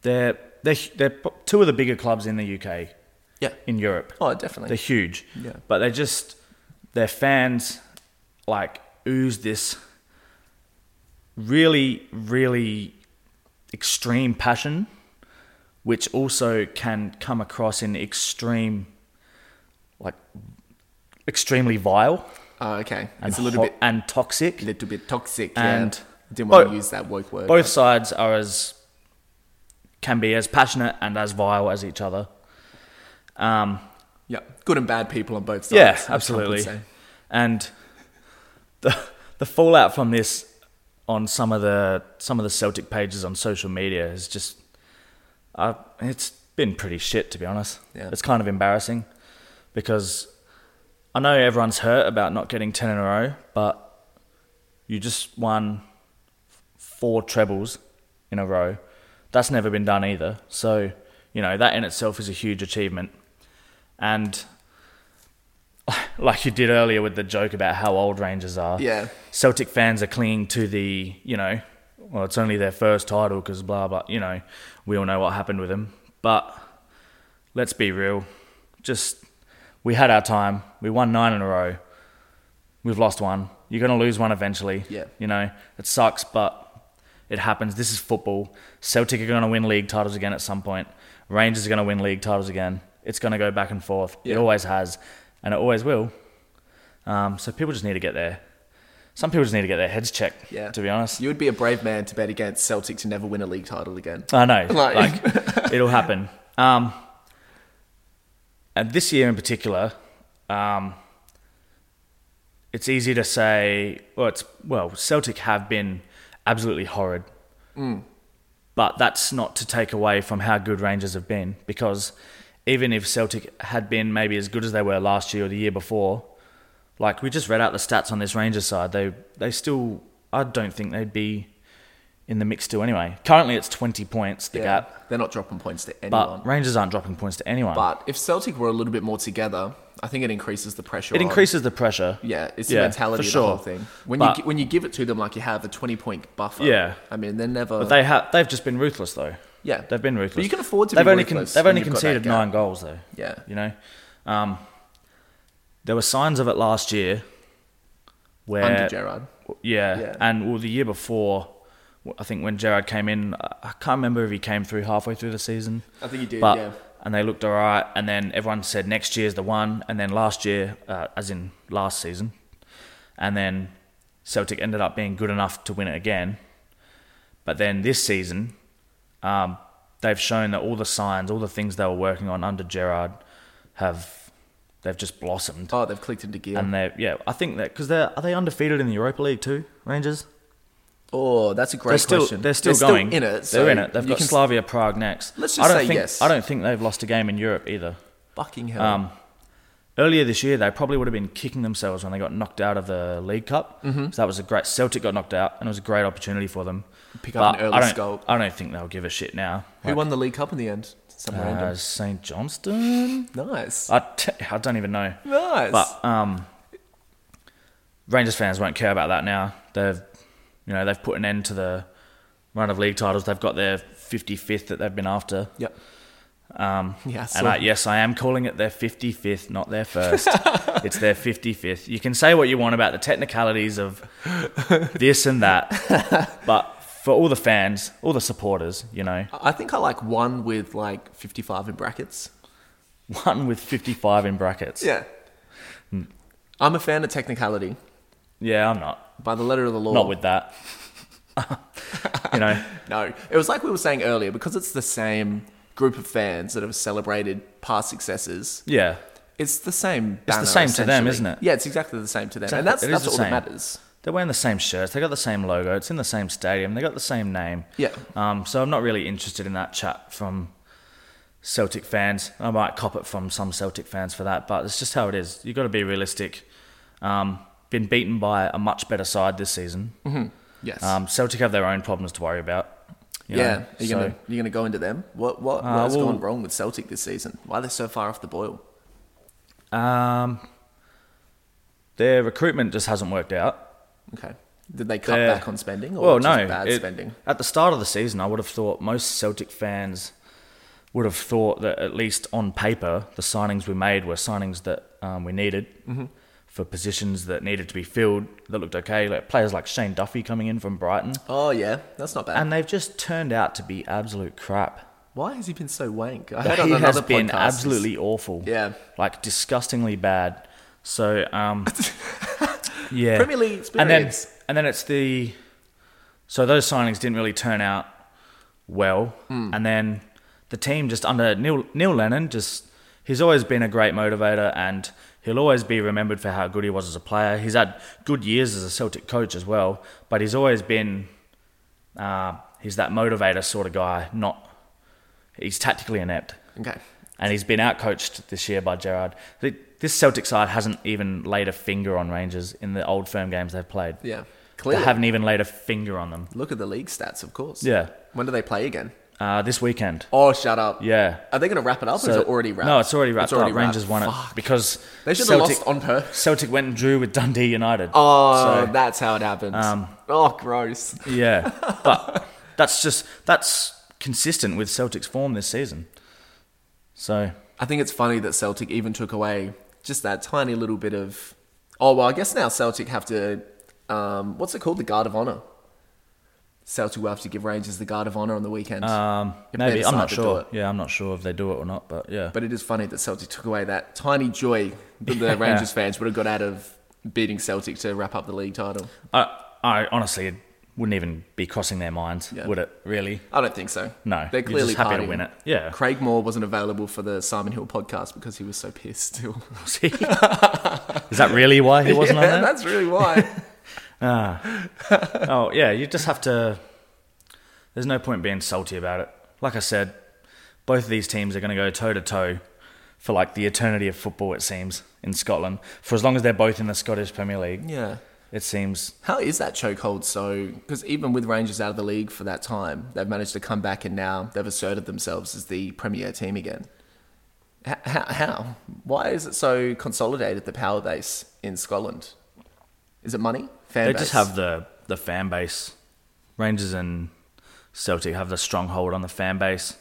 [SPEAKER 1] They're they're hu- they're p- two of the bigger clubs in the UK,
[SPEAKER 2] yeah.
[SPEAKER 1] in Europe.
[SPEAKER 2] Oh,
[SPEAKER 1] They're
[SPEAKER 2] definitely.
[SPEAKER 1] huge.
[SPEAKER 2] Yeah.
[SPEAKER 1] But they just their fans like ooze this really really extreme passion which also can come across in extreme like extremely vile
[SPEAKER 2] Oh, okay.
[SPEAKER 1] and
[SPEAKER 2] it's a little
[SPEAKER 1] ho-
[SPEAKER 2] bit,
[SPEAKER 1] and toxic.
[SPEAKER 2] little bit toxic.
[SPEAKER 1] And
[SPEAKER 2] yeah. didn't want
[SPEAKER 1] both-
[SPEAKER 2] to use that woke word.
[SPEAKER 1] Both sides are as can be as passionate and as vile as each other. Um,
[SPEAKER 2] Yeah, good and bad people on both sides.
[SPEAKER 1] Yeah,
[SPEAKER 2] as Trump would
[SPEAKER 1] absolutely.
[SPEAKER 2] say.
[SPEAKER 1] And the the fallout from this on some of the some of the Celtic pages on social media is just, uh, it's been pretty shit to be honest.
[SPEAKER 2] Yeah.
[SPEAKER 1] It's kind of embarrassing because I know everyone's hurt about not getting ten in a row, but you just won four trebles in a row. That's never been done either. So you know that in itself is a huge achievement, and like you did earlier with the joke about how old Rangers are.
[SPEAKER 2] Yeah.
[SPEAKER 1] Celtic fans are clinging to the, you know, well, it's only their first title because blah, blah, you know, we all know what happened with them. But let's be real. Just, we had our time. We won nine in a row. We've lost one. You're going to lose one eventually.
[SPEAKER 2] Yeah.
[SPEAKER 1] You know, it sucks, but it happens. This is football. Celtic are going to win league titles again at some point. Rangers are going to win league titles again. It's going to go back and forth. It
[SPEAKER 2] Yeah.
[SPEAKER 1] always has, and it always will. Um, so people just need to get their some people just need to get their heads checked.
[SPEAKER 2] Yeah.
[SPEAKER 1] To be honest,
[SPEAKER 2] You would be a brave man to bet against Celtic to never win a league title again.
[SPEAKER 1] I know. Like,
[SPEAKER 2] Like-
[SPEAKER 1] it'll happen. Um, and this year in particular, um, it's easy to say. Well, it's well, Celtic have been absolutely horrid, but that's not to take away from how good Rangers have been because even if Celtic had been maybe as good as they were last year or the year before, Like we just read out the stats on this Rangers side, they they still I don't think they'd be in the mix still anyway. Currently, it's twenty points the gap,
[SPEAKER 2] They're not dropping points to
[SPEAKER 1] but
[SPEAKER 2] anyone. But,
[SPEAKER 1] Rangers aren't dropping points to anyone.
[SPEAKER 2] if Celtic were a little bit more together, I think it increases the pressure.
[SPEAKER 1] it
[SPEAKER 2] on-
[SPEAKER 1] increases the pressure.
[SPEAKER 2] Yeah, it's
[SPEAKER 1] Yeah,
[SPEAKER 2] the mentality
[SPEAKER 1] for
[SPEAKER 2] of the whole
[SPEAKER 1] sure.
[SPEAKER 2] thing. When
[SPEAKER 1] But-
[SPEAKER 2] you gi- when you give it to them like you have a twenty point buffer.
[SPEAKER 1] Yeah.
[SPEAKER 2] I mean they're never.
[SPEAKER 1] But they have they've just been ruthless though.
[SPEAKER 2] yeah,
[SPEAKER 1] They've been ruthless.
[SPEAKER 2] But you can afford to.
[SPEAKER 1] they've
[SPEAKER 2] be
[SPEAKER 1] only
[SPEAKER 2] ruthless
[SPEAKER 1] they've
[SPEAKER 2] when
[SPEAKER 1] only
[SPEAKER 2] you've got that
[SPEAKER 1] conceded
[SPEAKER 2] gap.
[SPEAKER 1] nine goals though.
[SPEAKER 2] Yeah,
[SPEAKER 1] You know, um, there were signs of it last year. Where
[SPEAKER 2] under Gerard.
[SPEAKER 1] Yeah.
[SPEAKER 2] Yeah.
[SPEAKER 1] and well, the year before, w- I think when Gerard came in, I I can't remember if he came through halfway through the season.
[SPEAKER 2] I think he did,
[SPEAKER 1] but,
[SPEAKER 2] yeah.
[SPEAKER 1] And they looked all right, and then everyone said next year's the one, and then last year, uh, as in last season, and then Celtic ended up being good enough to win it again. But then this season, um, they've shown that all the signs, all the things they were working on under Gerard, have they've just blossomed.
[SPEAKER 2] Oh, they've clicked into gear.
[SPEAKER 1] And they, yeah, I think that because they're are they undefeated in the Europa League too, Rangers?
[SPEAKER 2] oh, that's a great
[SPEAKER 1] They're still
[SPEAKER 2] question.
[SPEAKER 1] they're still going
[SPEAKER 2] in it. so
[SPEAKER 1] they're in it. They've
[SPEAKER 2] you
[SPEAKER 1] got
[SPEAKER 2] can
[SPEAKER 1] Slavia Prague next.
[SPEAKER 2] Let's
[SPEAKER 1] I
[SPEAKER 2] just
[SPEAKER 1] don't
[SPEAKER 2] say
[SPEAKER 1] think,
[SPEAKER 2] yes.
[SPEAKER 1] I don't think they've lost a game in Europe either.
[SPEAKER 2] fucking hell.
[SPEAKER 1] Um, earlier this year, they probably would have been kicking themselves when they got knocked out of the League Cup. Mm-hmm. So that was a great Celtic got knocked out, and it was a great opportunity for them.
[SPEAKER 2] Pick up
[SPEAKER 1] But
[SPEAKER 2] an early
[SPEAKER 1] I don't,
[SPEAKER 2] scalp.
[SPEAKER 1] I don't think they'll give a shit now.
[SPEAKER 2] Who won the League Cup in the end? Some
[SPEAKER 1] Uh,
[SPEAKER 2] random.
[SPEAKER 1] St Johnston.
[SPEAKER 2] Nice.
[SPEAKER 1] I, t- I don't even know.
[SPEAKER 2] nice.
[SPEAKER 1] But um, Rangers fans won't care about that now. They've, you know, they've put an end to the run of league titles. They've got their 55th that they've been after.
[SPEAKER 2] yep.
[SPEAKER 1] Um,
[SPEAKER 2] Yeah,
[SPEAKER 1] and
[SPEAKER 2] so-
[SPEAKER 1] I, yes, I am calling it their 55th, not their first. it's their 55th. You can say what you want about the technicalities of this and that, but for all the fans, all the supporters, you know,
[SPEAKER 2] I I think I like one with like fifty-five in brackets.
[SPEAKER 1] one with 55 in brackets.
[SPEAKER 2] Yeah.
[SPEAKER 1] Hmm.
[SPEAKER 2] I'm a fan of technicality.
[SPEAKER 1] Yeah, I'm not.
[SPEAKER 2] By the letter of the law.
[SPEAKER 1] Not with that. you know,
[SPEAKER 2] No, it was like we were saying earlier because it's the same group of fans that have celebrated past successes.
[SPEAKER 1] yeah.
[SPEAKER 2] It's the same.
[SPEAKER 1] It's the
[SPEAKER 2] banner,
[SPEAKER 1] same to them,
[SPEAKER 2] essentially.
[SPEAKER 1] isn't it?
[SPEAKER 2] Yeah, it's exactly the same to them, and
[SPEAKER 1] Exactly.
[SPEAKER 2] that's
[SPEAKER 1] It is
[SPEAKER 2] that's
[SPEAKER 1] the
[SPEAKER 2] all
[SPEAKER 1] same.
[SPEAKER 2] that matters.
[SPEAKER 1] They're wearing the same shirts. They got the same logo. It's in the same stadium. They got the same name.
[SPEAKER 2] Yeah.
[SPEAKER 1] Um, so I'm not really interested in that chat from Celtic fans. I might cop it from some Celtic fans for that, but it's just how it is. You've got to be realistic. Um, been beaten by a much better side this season.
[SPEAKER 2] Mm-hmm. Yes.
[SPEAKER 1] Um, Celtic have their own problems to worry about. you know,
[SPEAKER 2] yeah. Are you
[SPEAKER 1] so-
[SPEAKER 2] gonna you gonna go into them? What what
[SPEAKER 1] Uh,
[SPEAKER 2] what's
[SPEAKER 1] well-
[SPEAKER 2] gone wrong with Celtic this season? Why are they so far off the boil?
[SPEAKER 1] Um, their recruitment just hasn't worked out.
[SPEAKER 2] Okay. Did they cut
[SPEAKER 1] They're-
[SPEAKER 2] back on spending? Or
[SPEAKER 1] Well,
[SPEAKER 2] just
[SPEAKER 1] no,
[SPEAKER 2] Bad
[SPEAKER 1] it-
[SPEAKER 2] spending.
[SPEAKER 1] At the start of the season, I would have thought most Celtic fans would have thought that at least on paper, the signings we made were signings that um, we needed
[SPEAKER 2] Mm-hmm.
[SPEAKER 1] for positions that needed to be filled that looked okay, like players like Shane Duffy coming in from Brighton,
[SPEAKER 2] Oh yeah, that's not bad.
[SPEAKER 1] and they've just turned out to be absolute crap.
[SPEAKER 2] Why has he been so wank? I heard on
[SPEAKER 1] He has
[SPEAKER 2] another
[SPEAKER 1] been
[SPEAKER 2] podcast-
[SPEAKER 1] absolutely awful.
[SPEAKER 2] Yeah.
[SPEAKER 1] like disgustingly bad. So, um, yeah,
[SPEAKER 2] Premier League
[SPEAKER 1] and then
[SPEAKER 2] experience.
[SPEAKER 1] and then it's the so those signings didn't really turn out well, and then the team just under Neil Neil Lennon just he's always been a great motivator and. He'll always be remembered for how good he was as a player. He's had good years as a Celtic coach as well, but he's always been uh, he's that motivator sort of guy. Not he's tactically inept
[SPEAKER 2] Okay.
[SPEAKER 1] and he's been outcoached this year by Gerard. The- This Celtic side hasn't even laid a finger on Rangers in the old firm games they've played.
[SPEAKER 2] Yeah.
[SPEAKER 1] They
[SPEAKER 2] Clearly.
[SPEAKER 1] haven't even laid a finger on them.
[SPEAKER 2] Look at the league stats, of course.
[SPEAKER 1] Yeah.
[SPEAKER 2] When do they play again?
[SPEAKER 1] Uh, this weekend.
[SPEAKER 2] Oh, shut up.
[SPEAKER 1] Yeah.
[SPEAKER 2] Are they going to wrap it up or is it already wrapped?
[SPEAKER 1] No, it's already wrapped
[SPEAKER 2] already
[SPEAKER 1] up. Rangers won
[SPEAKER 2] Fuck.
[SPEAKER 1] it because
[SPEAKER 2] They should have
[SPEAKER 1] Celtic,
[SPEAKER 2] lost on purpose.
[SPEAKER 1] Celtic went and drew with Dundee United.
[SPEAKER 2] Oh,
[SPEAKER 1] So- um,
[SPEAKER 2] that's how it happened. oh, gross.
[SPEAKER 1] Yeah, but that's just that's consistent with Celtic's form this season. So
[SPEAKER 2] I think it's funny that Celtic even took away just that tiny little bit of. Oh, well, I guess now Celtic have to. Um, what's it called? The Guard of Honour. Celtic will have to give Rangers the Guard of Honour on the weekend.
[SPEAKER 1] um,
[SPEAKER 2] If they
[SPEAKER 1] maybe I'm
[SPEAKER 2] decide
[SPEAKER 1] not
[SPEAKER 2] to do
[SPEAKER 1] sure.
[SPEAKER 2] it.
[SPEAKER 1] Yeah, I'm not sure if they do it or not. But yeah,
[SPEAKER 2] But it is funny that Celtic took away that tiny joy that the Rangers fans would have got out of beating Celtic to wrap up the league title.
[SPEAKER 1] I, I honestly wouldn't even be crossing their minds,
[SPEAKER 2] Yeah.
[SPEAKER 1] would it? Really?
[SPEAKER 2] I don't think so.
[SPEAKER 1] No,
[SPEAKER 2] they're
[SPEAKER 1] you're
[SPEAKER 2] clearly
[SPEAKER 1] just happy to
[SPEAKER 2] partying.
[SPEAKER 1] win it. Yeah.
[SPEAKER 2] Craig Moore wasn't available for the Simon Hill podcast because he was so pissed. Still,
[SPEAKER 1] Was he? Is that really why he wasn't
[SPEAKER 2] yeah,
[SPEAKER 1] on there?
[SPEAKER 2] that's really why.
[SPEAKER 1] Oh, yeah. You just have to. There's no point being salty about it. Like I said, both of these teams are going to go toe to toe for like the eternity of football, it seems, in Scotland. For as long as they're both in the Scottish Premier League,
[SPEAKER 2] Yeah.
[SPEAKER 1] it seems.
[SPEAKER 2] How is that chokehold so? Because even with Rangers out of the league for that time, they've managed to come back and now they've asserted themselves as the premier team again. How? how, how? Why is it so consolidated, the power base in Scotland? Is it money? Fan
[SPEAKER 1] They
[SPEAKER 2] base?
[SPEAKER 1] just have the, the fan base. Rangers and Celtic have the stronghold on the fan base,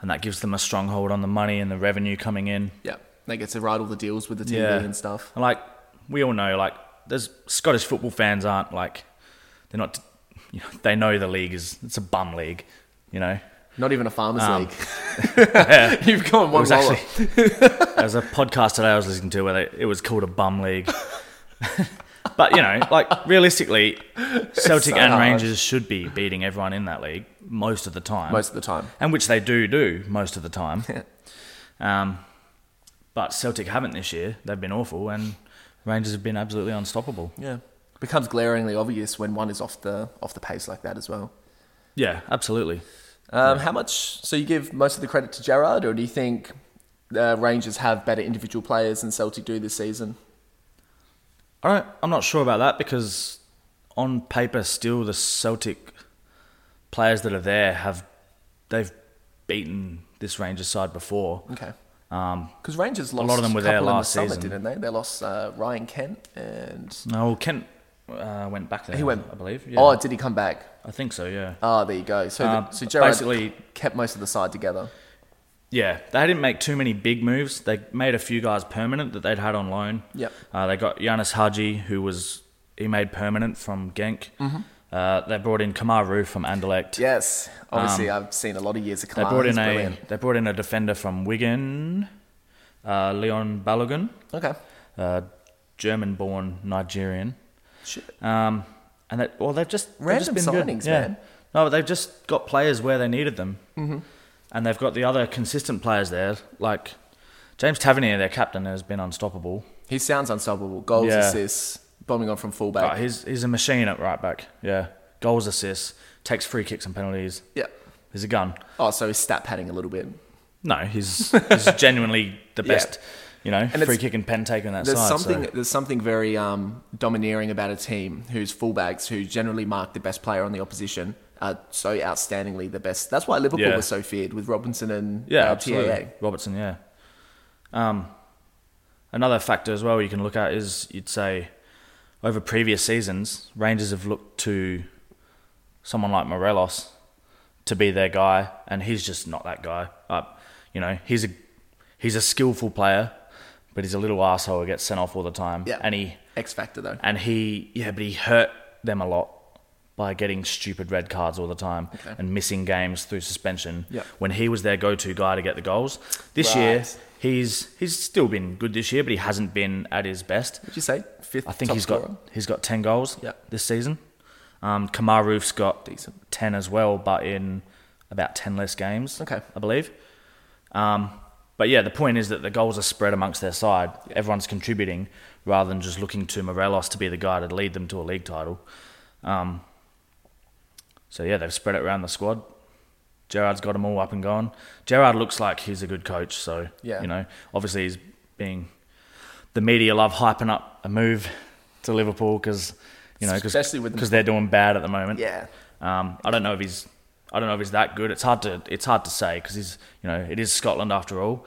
[SPEAKER 1] and that gives them a stronghold on the money and the revenue coming in.
[SPEAKER 2] Yeah. They get to write all the deals with the TV and stuff.
[SPEAKER 1] And like we all know, like there's Scottish football fans aren't like they're not. You know, they know the league is it's a bum league. You know,
[SPEAKER 2] Not even a farmers
[SPEAKER 1] Um,
[SPEAKER 2] league. You've gone one
[SPEAKER 1] was
[SPEAKER 2] roller.
[SPEAKER 1] actually there was a podcast today I was listening to where they, it was called a bum league. but you know, like realistically, Celtic
[SPEAKER 2] so
[SPEAKER 1] and
[SPEAKER 2] hard.
[SPEAKER 1] Rangers should be beating everyone in that league most of the time,
[SPEAKER 2] most of the time.
[SPEAKER 1] and which they do do most of the time. um, but Celtic haven't this year; they've been awful, and Rangers have been absolutely unstoppable.
[SPEAKER 2] Yeah. Becomes glaringly obvious when one is off the off the pace like that as well.
[SPEAKER 1] Yeah, absolutely.
[SPEAKER 2] Um, How much? So you give most of the credit to Gerard, or do you think uh, Rangers have better individual players than Celtic do this season?
[SPEAKER 1] I don't, I'm not sure about that because on paper, still the Celtic players that are there have they've beaten this Rangers side before.
[SPEAKER 2] Okay,
[SPEAKER 1] Um,
[SPEAKER 2] because Rangers lost
[SPEAKER 1] lot of them were there
[SPEAKER 2] couple in
[SPEAKER 1] last
[SPEAKER 2] the summer,
[SPEAKER 1] season.
[SPEAKER 2] didn't they? They lost uh, Ryan Kent and
[SPEAKER 1] no, well, Kent uh, went back there.
[SPEAKER 2] he went.
[SPEAKER 1] I believe. Yeah.
[SPEAKER 2] Oh, did he come back?
[SPEAKER 1] I think so. Yeah.
[SPEAKER 2] Oh, there you go. So,
[SPEAKER 1] Um,
[SPEAKER 2] the, so Gerard
[SPEAKER 1] basically-
[SPEAKER 2] kept most of the side together.
[SPEAKER 1] Yeah, they didn't make too many big moves. They made a few guys permanent that they'd had on loan.
[SPEAKER 2] Yep.
[SPEAKER 1] Uh, they got Yanis Hadji, who was he made permanent from Genk.
[SPEAKER 2] Mm-hmm.
[SPEAKER 1] Uh, they brought in Kamaru from Anderlecht.
[SPEAKER 2] Yes, obviously I've seen a lot of years of
[SPEAKER 1] Um, They
[SPEAKER 2] Kamara.
[SPEAKER 1] brought in
[SPEAKER 2] He's
[SPEAKER 1] a
[SPEAKER 2] Ah, brilliant.
[SPEAKER 1] they brought in a defender from Wigan, uh, Leon Balogun,
[SPEAKER 2] Okay,
[SPEAKER 1] uh, German-born Nigerian,
[SPEAKER 2] Shit.
[SPEAKER 1] um, and that well they've just they've
[SPEAKER 2] Random
[SPEAKER 1] just been
[SPEAKER 2] signings,
[SPEAKER 1] good. Yeah.
[SPEAKER 2] man.
[SPEAKER 1] No, but they've just got players where they needed them, mm-hmm. and they've got the other consistent players there. Like James Tavernier, their captain, has been unstoppable.
[SPEAKER 2] he sounds unstoppable. Goals,
[SPEAKER 1] Yeah.
[SPEAKER 2] assists, bombing on from fullback.
[SPEAKER 1] Oh, he's he's a machine at right back. Yeah, goals, assists, takes free kicks and penalties.
[SPEAKER 2] Yeah.
[SPEAKER 1] He's a gun.
[SPEAKER 2] Oh, so he's stat padding a little bit.
[SPEAKER 1] No, he's he's genuinely the
[SPEAKER 2] Yeah.
[SPEAKER 1] best. You know, free
[SPEAKER 2] it's-
[SPEAKER 1] kick and pen taker on that
[SPEAKER 2] There's
[SPEAKER 1] side. so-
[SPEAKER 2] something there's something very um, domineering about a team whose fullbacks, who generally mark the best player on the opposition, are so outstandingly the best. That's why Liverpool
[SPEAKER 1] Yeah.
[SPEAKER 2] was so feared with Robinson and
[SPEAKER 1] Yeah,
[SPEAKER 2] uh,
[SPEAKER 1] absolutely.
[SPEAKER 2] TAA.
[SPEAKER 1] Robertson, yeah. Um, another factor as well you can look at is you'd say over previous seasons, Rangers have looked to someone like Morelos to be their guy, and he's just not that guy. Uh, you know, he's a he's a skillful player, but he's a little asshole who gets sent off all the time.
[SPEAKER 2] Yeah.
[SPEAKER 1] and he
[SPEAKER 2] X factor though.
[SPEAKER 1] and he yeah, but he hurt them a lot by getting stupid red cards all the time and missing games through suspension.
[SPEAKER 2] Yeah.
[SPEAKER 1] When he was their go-to guy to get the goals, this
[SPEAKER 2] Right.
[SPEAKER 1] year he's he's still been good this year, but he hasn't been at his best.
[SPEAKER 2] Did you say fifth?
[SPEAKER 1] I think
[SPEAKER 2] top
[SPEAKER 1] he's
[SPEAKER 2] scorer?
[SPEAKER 1] got he's got ten goals
[SPEAKER 2] Yeah.
[SPEAKER 1] this season. Um, Kamar Roof's got
[SPEAKER 2] Decent.
[SPEAKER 1] ten as well, but in about ten less games.
[SPEAKER 2] Okay.
[SPEAKER 1] I believe. Um, but yeah, the point is that the goals are spread amongst their side. Everyone's contributing rather than just looking to Morelos to be the guy to lead them to a league title. Um, so yeah, they've spread it around the squad. Gerard's got them all up and going. Gerard looks like he's a good coach, so
[SPEAKER 2] Yeah.
[SPEAKER 1] you know, obviously he's being the media love hyping up a move to Liverpool because you know because
[SPEAKER 2] Especially with them-
[SPEAKER 1] because they're doing bad at the moment.
[SPEAKER 2] Yeah.
[SPEAKER 1] Um, I don't know if he's I don't know if he's that good. It's hard to it's hard to say because he's you know it is Scotland after all,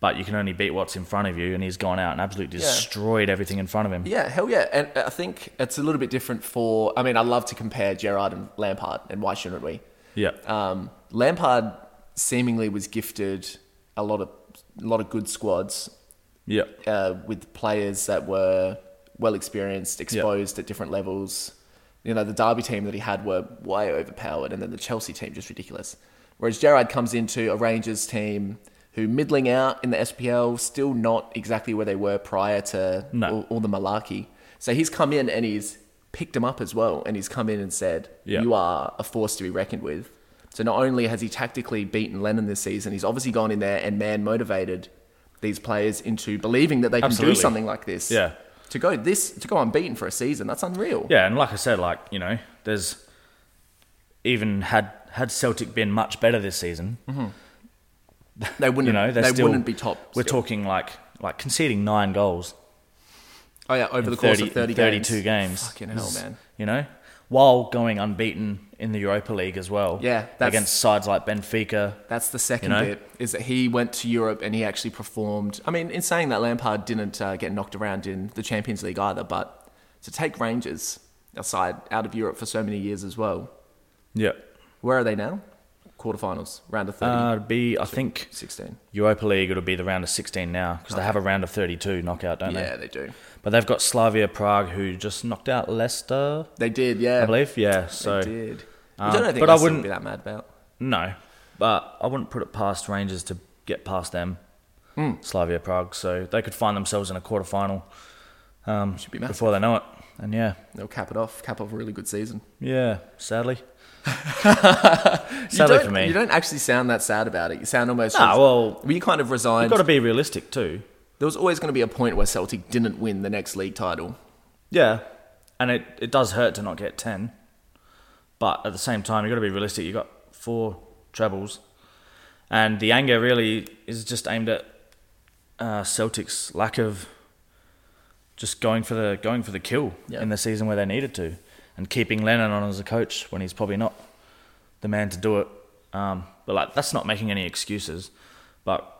[SPEAKER 1] but you can only beat what's in front of you, and he's gone out and absolutely destroyed everything in front of him.
[SPEAKER 2] Yeah, hell yeah. And I think it's a little bit different for. I mean, I love to compare Gerard and Lampard, and why shouldn't we?
[SPEAKER 1] Yeah.
[SPEAKER 2] Um, Lampard seemingly was gifted a lot of a lot of good squads
[SPEAKER 1] Yeah.
[SPEAKER 2] uh, with players that were well experienced, exposed at different levels. You know, the Derby team that he had were way overpowered, and then the Chelsea team just ridiculous. Whereas Gerard comes into a Rangers team who middling out in the SPL, still not exactly where they were prior to
[SPEAKER 1] No.
[SPEAKER 2] all, all the malarkey. So he's come in and he's picked them up as well, and he's come in and said,
[SPEAKER 1] Yeah.
[SPEAKER 2] "You are a force to be reckoned with." So not only has he tactically beaten Lennon this season, he's obviously gone in there and man motivated these players into believing that they can
[SPEAKER 1] Absolutely.
[SPEAKER 2] do something like this.
[SPEAKER 1] Yeah.
[SPEAKER 2] To go this to go unbeaten for a season, that's unreal.
[SPEAKER 1] Yeah, and like I said, like you know, there's
[SPEAKER 2] Mhm.
[SPEAKER 1] even had had Celtic been much better this season,
[SPEAKER 2] They wouldn't.
[SPEAKER 1] You know, they're
[SPEAKER 2] they
[SPEAKER 1] still-
[SPEAKER 2] wouldn't be top.
[SPEAKER 1] We're
[SPEAKER 2] still.
[SPEAKER 1] talking like like conceding nine goals
[SPEAKER 2] Oh yeah, over the course of thirty games.
[SPEAKER 1] 32 games.
[SPEAKER 2] Fucking hell,
[SPEAKER 1] It's-
[SPEAKER 2] man.
[SPEAKER 1] You know, while going unbeaten in the Europa League as well.
[SPEAKER 2] Yeah, that's-
[SPEAKER 1] against sides like Benfica.
[SPEAKER 2] That's the second
[SPEAKER 1] You know?
[SPEAKER 2] bit is that he went to Europe and he actually performed. I mean, in saying that, Lampard didn't uh, get knocked around in the Champions League either, but to take Rangers aside out of Europe for so many years as well,
[SPEAKER 1] Yeah.
[SPEAKER 2] where are they now? Quarterfinals, round of 30,
[SPEAKER 1] Uh, it'd be I think
[SPEAKER 2] 16.
[SPEAKER 1] Europa League it'll be the round of 16 now because they have a round of 32 knockout, don't
[SPEAKER 2] Yeah,
[SPEAKER 1] they?
[SPEAKER 2] they do.
[SPEAKER 1] But they've got Slavia Prague who just knocked out Leicester,
[SPEAKER 2] They did, yeah.
[SPEAKER 1] I believe. Yeah,
[SPEAKER 2] They
[SPEAKER 1] so
[SPEAKER 2] did.
[SPEAKER 1] Um,
[SPEAKER 2] Which I don't think
[SPEAKER 1] but I
[SPEAKER 2] I wouldn't
[SPEAKER 1] wouldn't-
[SPEAKER 2] be that mad about.
[SPEAKER 1] no, but I wouldn't put it past Rangers to get past them.
[SPEAKER 2] Hmm.
[SPEAKER 1] Slavia Prague, so they could find themselves in a quarterfinal um,
[SPEAKER 2] Should be massive.
[SPEAKER 1] before they know it. And yeah,
[SPEAKER 2] They'll cap it off, cap off a really good season.
[SPEAKER 1] Yeah, sadly.
[SPEAKER 2] You
[SPEAKER 1] sadly
[SPEAKER 2] don't-
[SPEAKER 1] for me.
[SPEAKER 2] You
[SPEAKER 1] You've
[SPEAKER 2] don't actually sound that sad about it. You sound almost.
[SPEAKER 1] Nah, well-
[SPEAKER 2] you kind of resigned.
[SPEAKER 1] got to be realistic too.
[SPEAKER 2] There was always going to be a point where Celtic didn't win the next league title.
[SPEAKER 1] Yeah, and it, it does hurt to not get 10. But at the same time, you've got to be realistic. You've got four trebles. And the anger really is just aimed at uh, Celtic's lack of just going for the going for the kill
[SPEAKER 2] Yeah.
[SPEAKER 1] in the season where they needed to, and keeping Lennon on as a coach when he's probably not the man to do it. Um, but like that's not making any excuses. But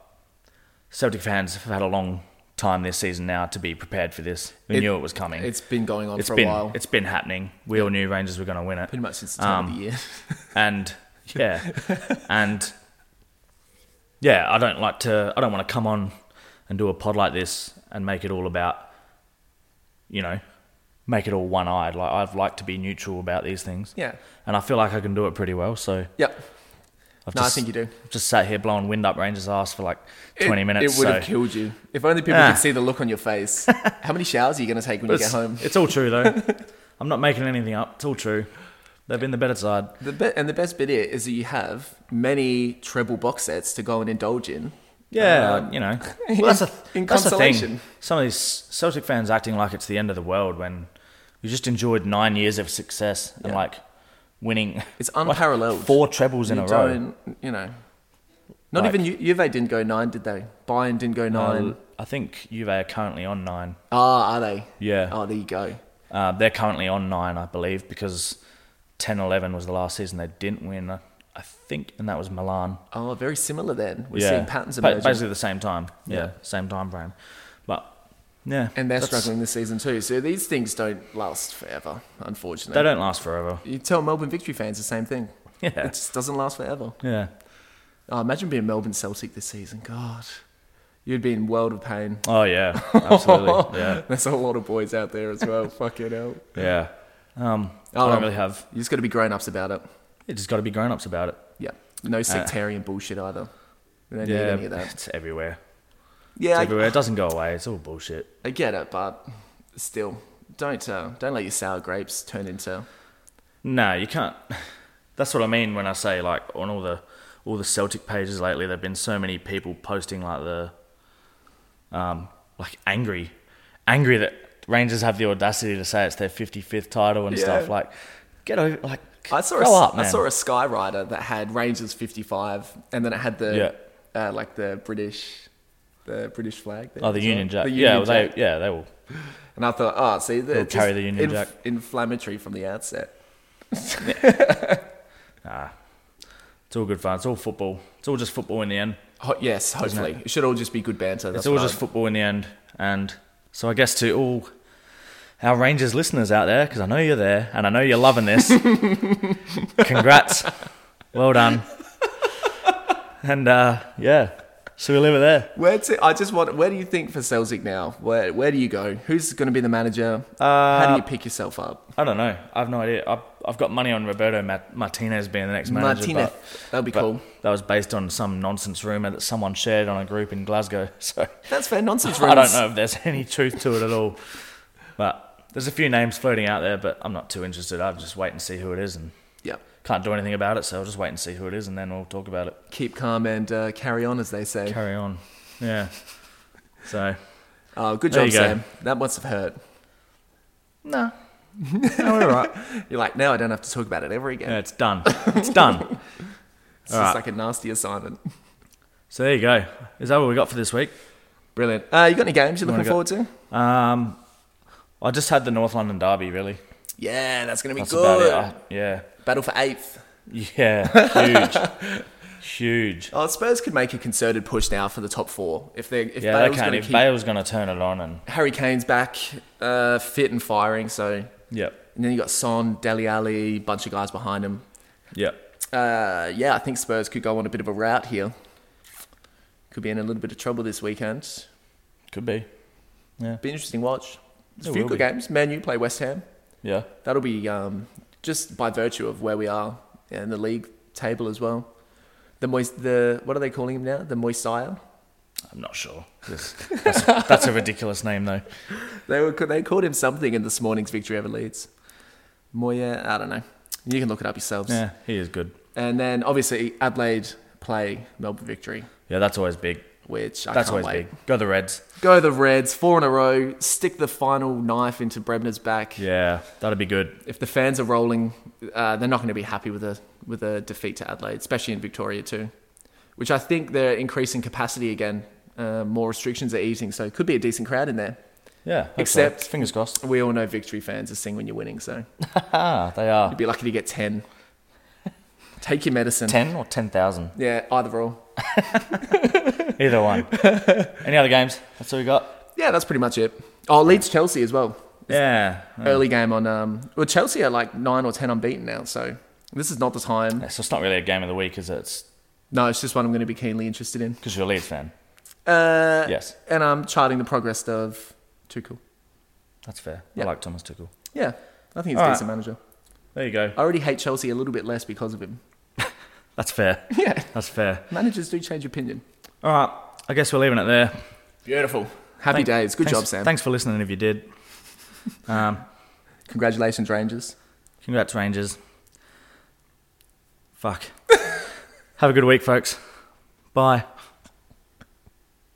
[SPEAKER 1] Celtic fans have had a long time this season now to be prepared for this. We
[SPEAKER 2] It-
[SPEAKER 1] knew it was coming.
[SPEAKER 2] It's been going on
[SPEAKER 1] It's
[SPEAKER 2] for
[SPEAKER 1] been
[SPEAKER 2] a while.
[SPEAKER 1] it's been happening. We all knew Rangers were going to win it.
[SPEAKER 2] pretty much since the time
[SPEAKER 1] Um,
[SPEAKER 2] of the year.
[SPEAKER 1] and yeah, and yeah, I don't like to. I don't want to come on and do a pod like this and make it all about, you know, make it all one-eyed. Like I'd like to be neutral about these things.
[SPEAKER 2] Yeah.
[SPEAKER 1] and I feel like I can do it pretty well. So
[SPEAKER 2] Yep.
[SPEAKER 1] I've
[SPEAKER 2] No, I
[SPEAKER 1] just,
[SPEAKER 2] think you do.
[SPEAKER 1] I've just sat here blowing wind up Rangers' ass for like
[SPEAKER 2] It-
[SPEAKER 1] twenty minutes.
[SPEAKER 2] It would
[SPEAKER 1] so.
[SPEAKER 2] have killed you. If only people
[SPEAKER 1] Ah.
[SPEAKER 2] could see the look on your face. How many showers are you going to take when you get
[SPEAKER 1] It's-
[SPEAKER 2] home?
[SPEAKER 1] It's all true though. I'm not making anything up. It's all true. They've been the better side.
[SPEAKER 2] The be- and the best bit here is that you have many treble box sets to go and indulge in.
[SPEAKER 1] Yeah, uh,
[SPEAKER 2] Um,
[SPEAKER 1] you know. Well, that's a,
[SPEAKER 2] in
[SPEAKER 1] that's the thing.
[SPEAKER 2] consolation.
[SPEAKER 1] Some of these Celtic fans acting like it's the end of the world when we just enjoyed nine years of success and
[SPEAKER 2] Yeah.
[SPEAKER 1] like winning.
[SPEAKER 2] It's
[SPEAKER 1] like,
[SPEAKER 2] unparalleled.
[SPEAKER 1] four trebles in
[SPEAKER 2] you
[SPEAKER 1] a row.
[SPEAKER 2] don't- You know. Not
[SPEAKER 1] Like-
[SPEAKER 2] even Ju- Juve didn't go nine, did they? Bayern didn't go nine.
[SPEAKER 1] Uh, I think Juve are currently on nine.
[SPEAKER 2] Ah, are they?
[SPEAKER 1] Yeah,
[SPEAKER 2] Oh, there you go.
[SPEAKER 1] uh, they're currently on nine, I believe, because 10-11 was the last season they didn't win. I I think, and that was Milan.
[SPEAKER 2] Oh, very similar then. We're
[SPEAKER 1] yeah,
[SPEAKER 2] seeing patterns
[SPEAKER 1] Ba-
[SPEAKER 2] emerging.
[SPEAKER 1] basically the same time. Yeah,
[SPEAKER 2] Yeah.
[SPEAKER 1] same time frame, but yeah,
[SPEAKER 2] and they're
[SPEAKER 1] that's-
[SPEAKER 2] struggling this season too. So these things don't last forever, unfortunately.
[SPEAKER 1] They don't last forever.
[SPEAKER 2] You tell Melbourne Victory fans the same thing.
[SPEAKER 1] Yeah.
[SPEAKER 2] It just doesn't last forever.
[SPEAKER 1] Yeah.
[SPEAKER 2] Oh, imagine being Melbourne Celtic this season. God, you'd be in world of pain.
[SPEAKER 1] Oh yeah, absolutely. yeah,
[SPEAKER 2] There's a lot of boys out there as well. Fucking hell.
[SPEAKER 1] yeah. Um,
[SPEAKER 2] Oh,
[SPEAKER 1] I don't
[SPEAKER 2] um,
[SPEAKER 1] really have.
[SPEAKER 2] You just got to be grown ups about it.
[SPEAKER 1] It just got to be grown ups about it.
[SPEAKER 2] Yeah. No sectarian bullshit either. We don't need
[SPEAKER 1] Ah. yeah,
[SPEAKER 2] any of that.
[SPEAKER 1] it's everywhere. It's
[SPEAKER 2] Yeah, I,
[SPEAKER 1] everywhere. It doesn't go away. It's all bullshit.
[SPEAKER 2] I get it, but still, don't uh, don't let your sour grapes turn into.
[SPEAKER 1] No, you can't. That's what I mean when I say like on all the all the Celtic pages lately, there've been so many people posting like the, um, like angry, angry that Rangers have the audacity to say it's their 55th title and
[SPEAKER 2] Yeah.
[SPEAKER 1] stuff. Like, get over. Like,
[SPEAKER 2] I saw
[SPEAKER 1] grow
[SPEAKER 2] a,
[SPEAKER 1] up, man.
[SPEAKER 2] I saw a Skyrider that had Rangers 55, and then it had the uh, like the British the British flag. There
[SPEAKER 1] Oh, the
[SPEAKER 2] as
[SPEAKER 1] Union
[SPEAKER 2] well.
[SPEAKER 1] Jack.
[SPEAKER 2] The
[SPEAKER 1] yeah,
[SPEAKER 2] Union
[SPEAKER 1] well, they,
[SPEAKER 2] Jack.
[SPEAKER 1] yeah, they will.
[SPEAKER 2] And I thought, oh, see, the,
[SPEAKER 1] They'll
[SPEAKER 2] just
[SPEAKER 1] carry the Union Jack.
[SPEAKER 2] Inflammatory from the outset.
[SPEAKER 1] It's all good fun. It's all football. It's all just football in the end.
[SPEAKER 2] Ho- yes, hopefully it? should all just be good banter. That's
[SPEAKER 1] it's all
[SPEAKER 2] what
[SPEAKER 1] just
[SPEAKER 2] I-
[SPEAKER 1] football in the end. And so I guess to all our Rangers listeners out there, because I know you're there and I know you're loving this, congrats. Well done. And uh, yeah, so we'll leave it there.
[SPEAKER 2] where to, I just want. Where do you think for Celtic now? Where Where do you go? Who's going to be the manager? How
[SPEAKER 1] Uh,
[SPEAKER 2] do you pick yourself up?
[SPEAKER 1] I don't know. I've no idea. I've, I've got money on Roberto Mat- Martinez being the next manager.
[SPEAKER 2] Martinez.
[SPEAKER 1] but-
[SPEAKER 2] That'll be
[SPEAKER 1] but
[SPEAKER 2] cool.
[SPEAKER 1] That was based on some nonsense rumor that someone shared on a group in Glasgow. So
[SPEAKER 2] That's fair nonsense.
[SPEAKER 1] I don't
[SPEAKER 2] rules.
[SPEAKER 1] know if there's any truth to it at all. But there's a few names floating out there, but I'm not too interested. I'll just wait and see who it is and
[SPEAKER 2] Yeah.
[SPEAKER 1] can't do anything about it, so I'll just wait and see who it is and then we'll talk about it.
[SPEAKER 2] Keep calm and uh, carry on, as they say.
[SPEAKER 1] Carry on. Yeah. So
[SPEAKER 2] Oh, good
[SPEAKER 1] There
[SPEAKER 2] job,
[SPEAKER 1] you go.
[SPEAKER 2] Sam. That must have hurt.
[SPEAKER 1] no. no, we're all right.
[SPEAKER 2] You're like, now I don't have to talk about it ever again.
[SPEAKER 1] Yeah, it's done. It's done.
[SPEAKER 2] it's
[SPEAKER 1] all right.
[SPEAKER 2] just like a nasty assignment.
[SPEAKER 1] So there you go. Is that what we got for this week?
[SPEAKER 2] Brilliant. Uh, you got any games you're
[SPEAKER 1] What
[SPEAKER 2] looking
[SPEAKER 1] do we
[SPEAKER 2] forward to?
[SPEAKER 1] Um, I just had the North London derby. Really,
[SPEAKER 2] Yeah, that's gonna be
[SPEAKER 1] that's about
[SPEAKER 2] good.
[SPEAKER 1] it. I- yeah,
[SPEAKER 2] Battle for eighth.
[SPEAKER 1] yeah, huge, huge.
[SPEAKER 2] Oh, Spurs could make a concerted push now for the top four if they if
[SPEAKER 1] Yeah,
[SPEAKER 2] Bale's
[SPEAKER 1] they can.
[SPEAKER 2] gonna
[SPEAKER 1] If
[SPEAKER 2] keep
[SPEAKER 1] Bale's going to turn it on, and
[SPEAKER 2] Harry Kane's back, uh, fit and firing. So
[SPEAKER 1] yep,
[SPEAKER 2] and then you got Son, Deli Ali, bunch of guys behind him.
[SPEAKER 1] yep.
[SPEAKER 2] Uh, yeah, I think Spurs could go on a bit of a route here. Could be in a little bit of trouble this weekend.
[SPEAKER 1] Could be. Yeah.
[SPEAKER 2] Be interesting watch. There's
[SPEAKER 1] It
[SPEAKER 2] a few
[SPEAKER 1] will
[SPEAKER 2] good
[SPEAKER 1] be.
[SPEAKER 2] games. Man U play West Ham.
[SPEAKER 1] Yeah.
[SPEAKER 2] That'll be um, just by virtue of where we are and the league table as well. The moist, the what are they calling him now? The Moisire.
[SPEAKER 1] I'm not sure. That's, that's- that's a ridiculous name, though.
[SPEAKER 2] They were they called him something in this morning's victory over Leeds. Moya, I don't know. You can look it up yourselves.
[SPEAKER 1] Yeah, he is good.
[SPEAKER 2] And then obviously Adelaide play Melbourne victory,
[SPEAKER 1] Yeah, that's always big.
[SPEAKER 2] which I
[SPEAKER 1] That's
[SPEAKER 2] can't
[SPEAKER 1] always
[SPEAKER 2] wait.
[SPEAKER 1] big. Go the Reds.
[SPEAKER 2] Go the Reds, four in a row. Stick the final knife into Brebner's back.
[SPEAKER 1] Yeah, that'd be good.
[SPEAKER 2] If the fans are rolling, uh, they're not going to be happy with a with a defeat to Adelaide, especially in Victoria too, which I think they're increasing capacity again. Uh, more restrictions are easing, so it could be a decent crowd in there.
[SPEAKER 1] Yeah. hope so.
[SPEAKER 2] Except-
[SPEAKER 1] fingers crossed.
[SPEAKER 2] We all know victory fans are sing when you're winning, so
[SPEAKER 1] Ah, they are
[SPEAKER 2] you'd be lucky to get ten. Take your medicine.
[SPEAKER 1] ten or ten thousand.
[SPEAKER 2] Yeah, either or.
[SPEAKER 1] Either one. Any other games? That's all we got.
[SPEAKER 2] Yeah, that's pretty much it. Oh, Leeds Chelsea as well.
[SPEAKER 1] Yeah. Uh,
[SPEAKER 2] early game on. Um, well, Chelsea are like nine or ten unbeaten now, so this is not the time.
[SPEAKER 1] So it's not really a game of the week, is it? It's
[SPEAKER 2] No, it's just one I'm going to be keenly interested in.
[SPEAKER 1] because you're a Leeds fan.
[SPEAKER 2] Uh,
[SPEAKER 1] Yes,
[SPEAKER 2] And I'm charting the progress of Tuchel.
[SPEAKER 1] that's fair.
[SPEAKER 2] Yeah.
[SPEAKER 1] I like Thomas Tuchel.
[SPEAKER 2] Yeah, I think he's
[SPEAKER 1] All
[SPEAKER 2] a
[SPEAKER 1] right.
[SPEAKER 2] decent manager.
[SPEAKER 1] There you go.
[SPEAKER 2] I already hate Chelsea a little bit less because of him.
[SPEAKER 1] That's fair.
[SPEAKER 2] yeah,
[SPEAKER 1] That's fair.
[SPEAKER 2] managers do change opinion.
[SPEAKER 1] All right. I guess we're leaving it there.
[SPEAKER 2] Beautiful. Happy
[SPEAKER 1] Thank-
[SPEAKER 2] days. Good
[SPEAKER 1] thanks-
[SPEAKER 2] job, Sam.
[SPEAKER 1] Thanks for listening if you did. Um,
[SPEAKER 2] Congratulations, Rangers.
[SPEAKER 1] Congrats, Rangers. Fuck. Have a good week, folks. Bye.